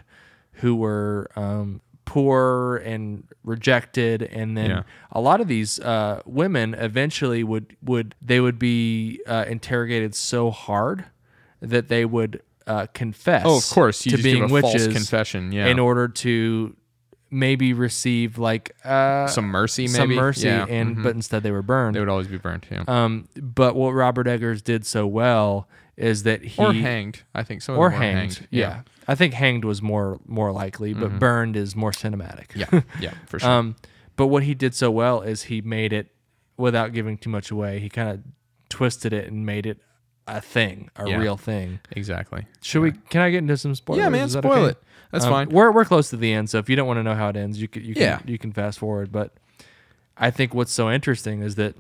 [SPEAKER 2] who were um, poor and rejected, and then
[SPEAKER 3] Yeah.
[SPEAKER 2] a lot of these uh, women eventually would would they would be uh, interrogated so hard that they would uh, confess.
[SPEAKER 3] oh, of course. You
[SPEAKER 2] to
[SPEAKER 3] just
[SPEAKER 2] being
[SPEAKER 3] give a
[SPEAKER 2] witches
[SPEAKER 3] false confession. Yeah.
[SPEAKER 2] in order to maybe receive like uh,
[SPEAKER 3] some mercy, maybe.
[SPEAKER 2] some mercy,
[SPEAKER 3] Yeah.
[SPEAKER 2] and
[SPEAKER 3] Mhm.
[SPEAKER 2] but instead Mm-hmm. they were burned.
[SPEAKER 3] they would always be burned. Yeah.
[SPEAKER 2] Um, but what Robert Eggers did so well is that he
[SPEAKER 3] or hanged. I think some of
[SPEAKER 2] or
[SPEAKER 3] them were
[SPEAKER 2] hanged. Yeah. Mm-hmm. I think hanged was more more likely, but burned is more cinematic.
[SPEAKER 3] Yeah. Yeah. yeah, for sure.
[SPEAKER 2] um, but what he did so well is he made it without giving too much away. He kind of twisted it and made it a thing, a
[SPEAKER 3] Yeah.
[SPEAKER 2] real thing.
[SPEAKER 3] exactly.
[SPEAKER 2] Should we? Can I get into some spoilers?
[SPEAKER 3] Yeah, man.
[SPEAKER 2] Is that
[SPEAKER 3] Spoil
[SPEAKER 2] okay?
[SPEAKER 3] it. That's
[SPEAKER 2] Um,
[SPEAKER 3] fine.
[SPEAKER 2] We're we're close to the end, so if you don't want to know how it ends, you can you can,
[SPEAKER 3] Yeah.
[SPEAKER 2] you can fast forward. But I think what's so interesting is that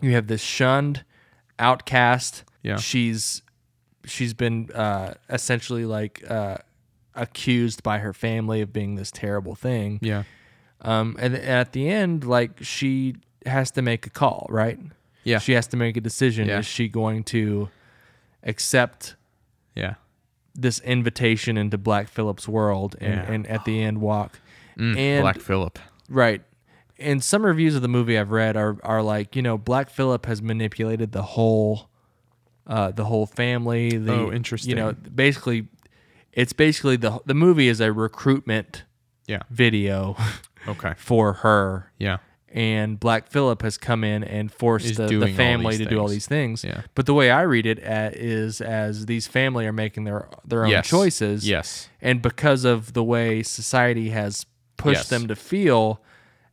[SPEAKER 2] you have this shunned, outcast.
[SPEAKER 3] Yeah.
[SPEAKER 2] she's she's been uh, essentially like uh, accused by her family of being this terrible thing.
[SPEAKER 3] Yeah.
[SPEAKER 2] Um, and at the end, like she has to make a call, right?
[SPEAKER 3] Yeah.
[SPEAKER 2] she has to make a decision.
[SPEAKER 3] Yeah.
[SPEAKER 2] Is she going to accept?
[SPEAKER 3] Yeah.
[SPEAKER 2] this invitation into Black Phillip's world and,
[SPEAKER 3] Yeah. Mm,
[SPEAKER 2] and at the end walk. and
[SPEAKER 3] Black Phillip.
[SPEAKER 2] right. And some reviews of the movie I've read are are like, you know, Black Phillip has manipulated the whole uh the whole family. The,
[SPEAKER 3] Oh,
[SPEAKER 2] You know,
[SPEAKER 3] interesting.
[SPEAKER 2] basically it's basically the the movie is a recruitment
[SPEAKER 3] Yeah.
[SPEAKER 2] video
[SPEAKER 3] Okay.
[SPEAKER 2] for her.
[SPEAKER 3] Yeah.
[SPEAKER 2] And Black Phillip has come in and forced
[SPEAKER 3] Is
[SPEAKER 2] the,
[SPEAKER 3] doing
[SPEAKER 2] the
[SPEAKER 3] all
[SPEAKER 2] family
[SPEAKER 3] these
[SPEAKER 2] to do all
[SPEAKER 3] things.
[SPEAKER 2] these things.
[SPEAKER 3] Yeah.
[SPEAKER 2] But the way I read it uh, is as these family are making their their own
[SPEAKER 3] Yes.
[SPEAKER 2] choices
[SPEAKER 3] Yes.
[SPEAKER 2] and because of the way society has pushed
[SPEAKER 3] Yes.
[SPEAKER 2] them to feel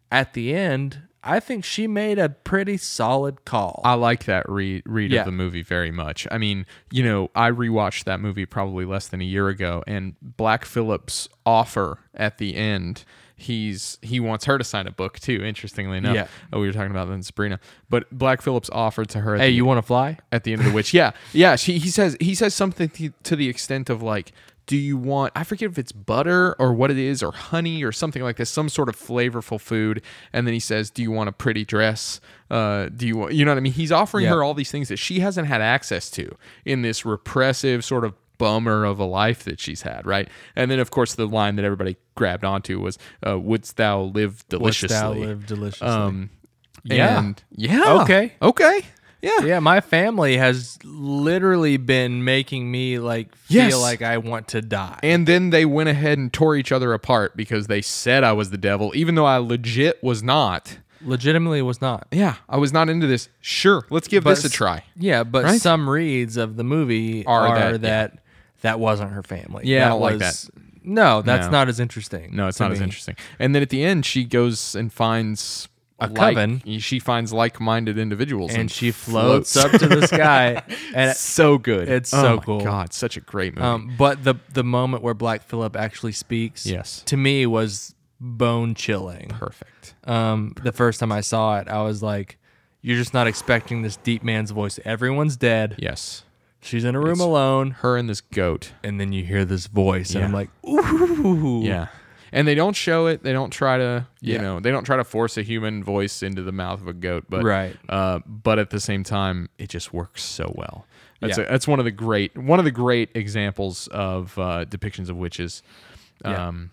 [SPEAKER 2] at the end i think she made a pretty solid call
[SPEAKER 3] I like that read read
[SPEAKER 2] Yeah.
[SPEAKER 3] of the movie very much. I mean, you know, I rewatched that movie probably less than a year ago, and Black Phillip's offer at the end, he's he wants her to sign a book too. Interestingly enough,
[SPEAKER 2] Yeah.
[SPEAKER 3] oh, we were talking about that in Sabrina, but Black Phillip's offer to her. At
[SPEAKER 2] hey
[SPEAKER 3] the
[SPEAKER 2] you want to fly
[SPEAKER 3] at the end of the witch. Yeah, yeah. She he says he says something to, to the extent of like, do you want? I forget if it's butter or what it is or honey or something like this, some sort of flavorful food. And then he says, do you want a pretty dress? Uh, do you want? You know what I mean? He's offering
[SPEAKER 2] Yeah.
[SPEAKER 3] her all these things that she hasn't had access to in this repressive sort of bummer of a life that she's had right and then of course the line that everybody grabbed onto was uh, wouldst thou live
[SPEAKER 2] Wouldst
[SPEAKER 3] deliciously Oh.
[SPEAKER 2] thou live deliciously
[SPEAKER 3] um
[SPEAKER 2] Yeah.
[SPEAKER 3] and- yeah
[SPEAKER 2] Uh, Okay.
[SPEAKER 3] okay yeah
[SPEAKER 2] yeah my family has literally been making me like feel
[SPEAKER 3] Yes.
[SPEAKER 2] like i want to die
[SPEAKER 3] And then they went ahead and tore each other apart because they said I was the devil, even though I legit was not.
[SPEAKER 2] legitimately was not
[SPEAKER 3] Yeah, I was not into this. Sure, let's give
[SPEAKER 2] But
[SPEAKER 3] this a try.
[SPEAKER 2] yeah but
[SPEAKER 3] Right?
[SPEAKER 2] some reads of the movie are,
[SPEAKER 3] Are that-
[SPEAKER 2] that
[SPEAKER 3] yeah.
[SPEAKER 2] that, wasn't her family
[SPEAKER 3] Yeah, I don't like
[SPEAKER 2] no that's
[SPEAKER 3] No.
[SPEAKER 2] not as interesting
[SPEAKER 3] No, it's
[SPEAKER 2] to
[SPEAKER 3] not as
[SPEAKER 2] me.
[SPEAKER 3] interesting. And then at the end, she goes and finds
[SPEAKER 2] A
[SPEAKER 3] like-
[SPEAKER 2] coven.
[SPEAKER 3] She finds like-minded individuals,
[SPEAKER 2] and she floats up to the sky and
[SPEAKER 3] so good.
[SPEAKER 2] It's
[SPEAKER 3] Oh
[SPEAKER 2] so
[SPEAKER 3] my
[SPEAKER 2] cool.
[SPEAKER 3] God, such a great movie.
[SPEAKER 2] Um, but the the moment where Black Phillip actually speaks,
[SPEAKER 3] Yes.
[SPEAKER 2] to me was bone chilling.
[SPEAKER 3] Perfect.
[SPEAKER 2] Um, the first time I saw it, I was like, "You're just not expecting this deep man's voice. Everyone's dead.
[SPEAKER 3] Yes,
[SPEAKER 2] She's in a room alone,
[SPEAKER 3] her and this goat.
[SPEAKER 2] and then you hear this voice, and I'm
[SPEAKER 3] Yeah.
[SPEAKER 2] like, ooh,
[SPEAKER 3] Yeah. And they don't show it. They don't try to, you
[SPEAKER 2] Yeah.
[SPEAKER 3] know, they don't try to force a human voice into the mouth of a goat. But
[SPEAKER 2] Right.
[SPEAKER 3] Uh, but at the same time, it just works so well. That's
[SPEAKER 2] Yeah.
[SPEAKER 3] a, that's one of the great one of the great examples of uh, depictions of witches,
[SPEAKER 2] Yeah.
[SPEAKER 3] um,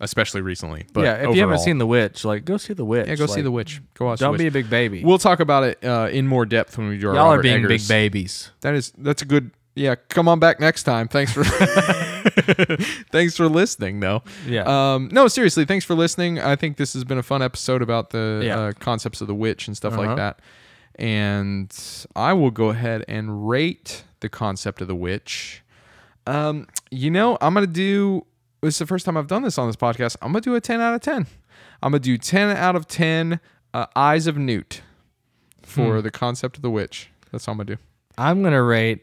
[SPEAKER 3] especially recently. But
[SPEAKER 2] yeah. If you haven't
[SPEAKER 3] overall-
[SPEAKER 2] seen The Witch, like, go see The Witch.
[SPEAKER 3] yeah, go see
[SPEAKER 2] Like,
[SPEAKER 3] the witch. Go watch. The
[SPEAKER 2] Don't
[SPEAKER 3] Witch.
[SPEAKER 2] be a big baby.
[SPEAKER 3] We'll talk about it uh, in more depth when we do our
[SPEAKER 2] Y'all are
[SPEAKER 3] Robert
[SPEAKER 2] being
[SPEAKER 3] Eggers.
[SPEAKER 2] big babies.
[SPEAKER 3] That is that's a good yeah, come on back next time. Thanks for thanks for listening, though.
[SPEAKER 2] Yeah.
[SPEAKER 3] Um, no, seriously, thanks for listening. I think this has been a fun episode about the
[SPEAKER 2] Yeah.
[SPEAKER 3] uh, concepts of the witch and stuff
[SPEAKER 2] Uh-huh.
[SPEAKER 3] like that. And I will go ahead and rate the concept of the witch. Um, you know, I'm gonna do. This is the first time I've done this on this podcast. I'm gonna do a 10 out of 10. I'm gonna do 10 out of 10 uh, eyes of Newt for
[SPEAKER 2] Hmm.
[SPEAKER 3] the concept of the witch. That's all I'm gonna do.
[SPEAKER 2] I'm gonna rate.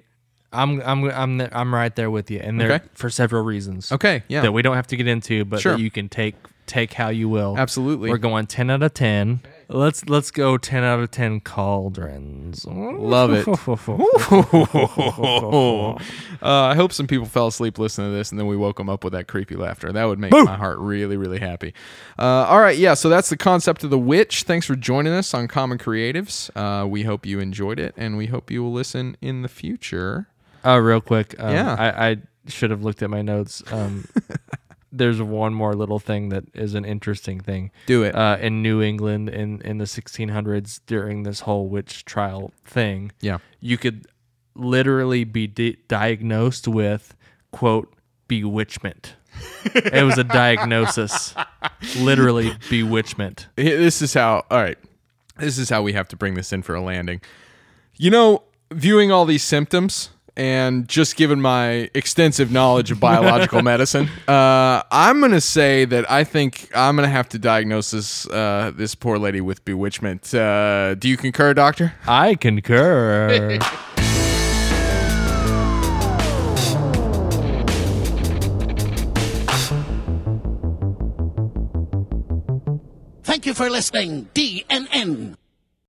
[SPEAKER 2] I'm I'm I'm there- I'm right there with you, and there
[SPEAKER 3] Okay.
[SPEAKER 2] for several reasons
[SPEAKER 3] Okay. Yeah.
[SPEAKER 2] that we don't have to get into, but
[SPEAKER 3] Sure.
[SPEAKER 2] that you can take take how you will.
[SPEAKER 3] Absolutely.
[SPEAKER 2] We're going ten out of ten. Let's let's go ten out of ten cauldrons. Oh,
[SPEAKER 3] Love it. uh, I hope some people fell asleep listening to this, and then we woke them up with that creepy laughter. That would make my heart really, really happy. Uh, all right, yeah. So that's the concept of the witch. Thanks for joining us on Common Creatives. Uh, we hope you enjoyed it, and we hope you will listen in the future.
[SPEAKER 2] Oh, real quick. Um,
[SPEAKER 3] Yeah.
[SPEAKER 2] I, I should have looked at my notes. Um, there's one more little thing that is an interesting thing.
[SPEAKER 3] Do it.
[SPEAKER 2] Uh, in New England in, in the 1600s during this whole witch trial thing,
[SPEAKER 3] yeah.
[SPEAKER 2] you could literally be di- diagnosed with, quote, bewitchment. it was a diagnosis. literally bewitchment.
[SPEAKER 3] Hey, This is how. All right. This is how we have to bring this in for a landing. You know, viewing all these symptoms and just given my extensive knowledge of biological medicine, uh, I'm gonna say that I think I'm gonna have to diagnose this uh, this poor lady with bewitchment. Uh, do you concur, doctor?
[SPEAKER 2] I concur.
[SPEAKER 4] Thank you for listening, DNN.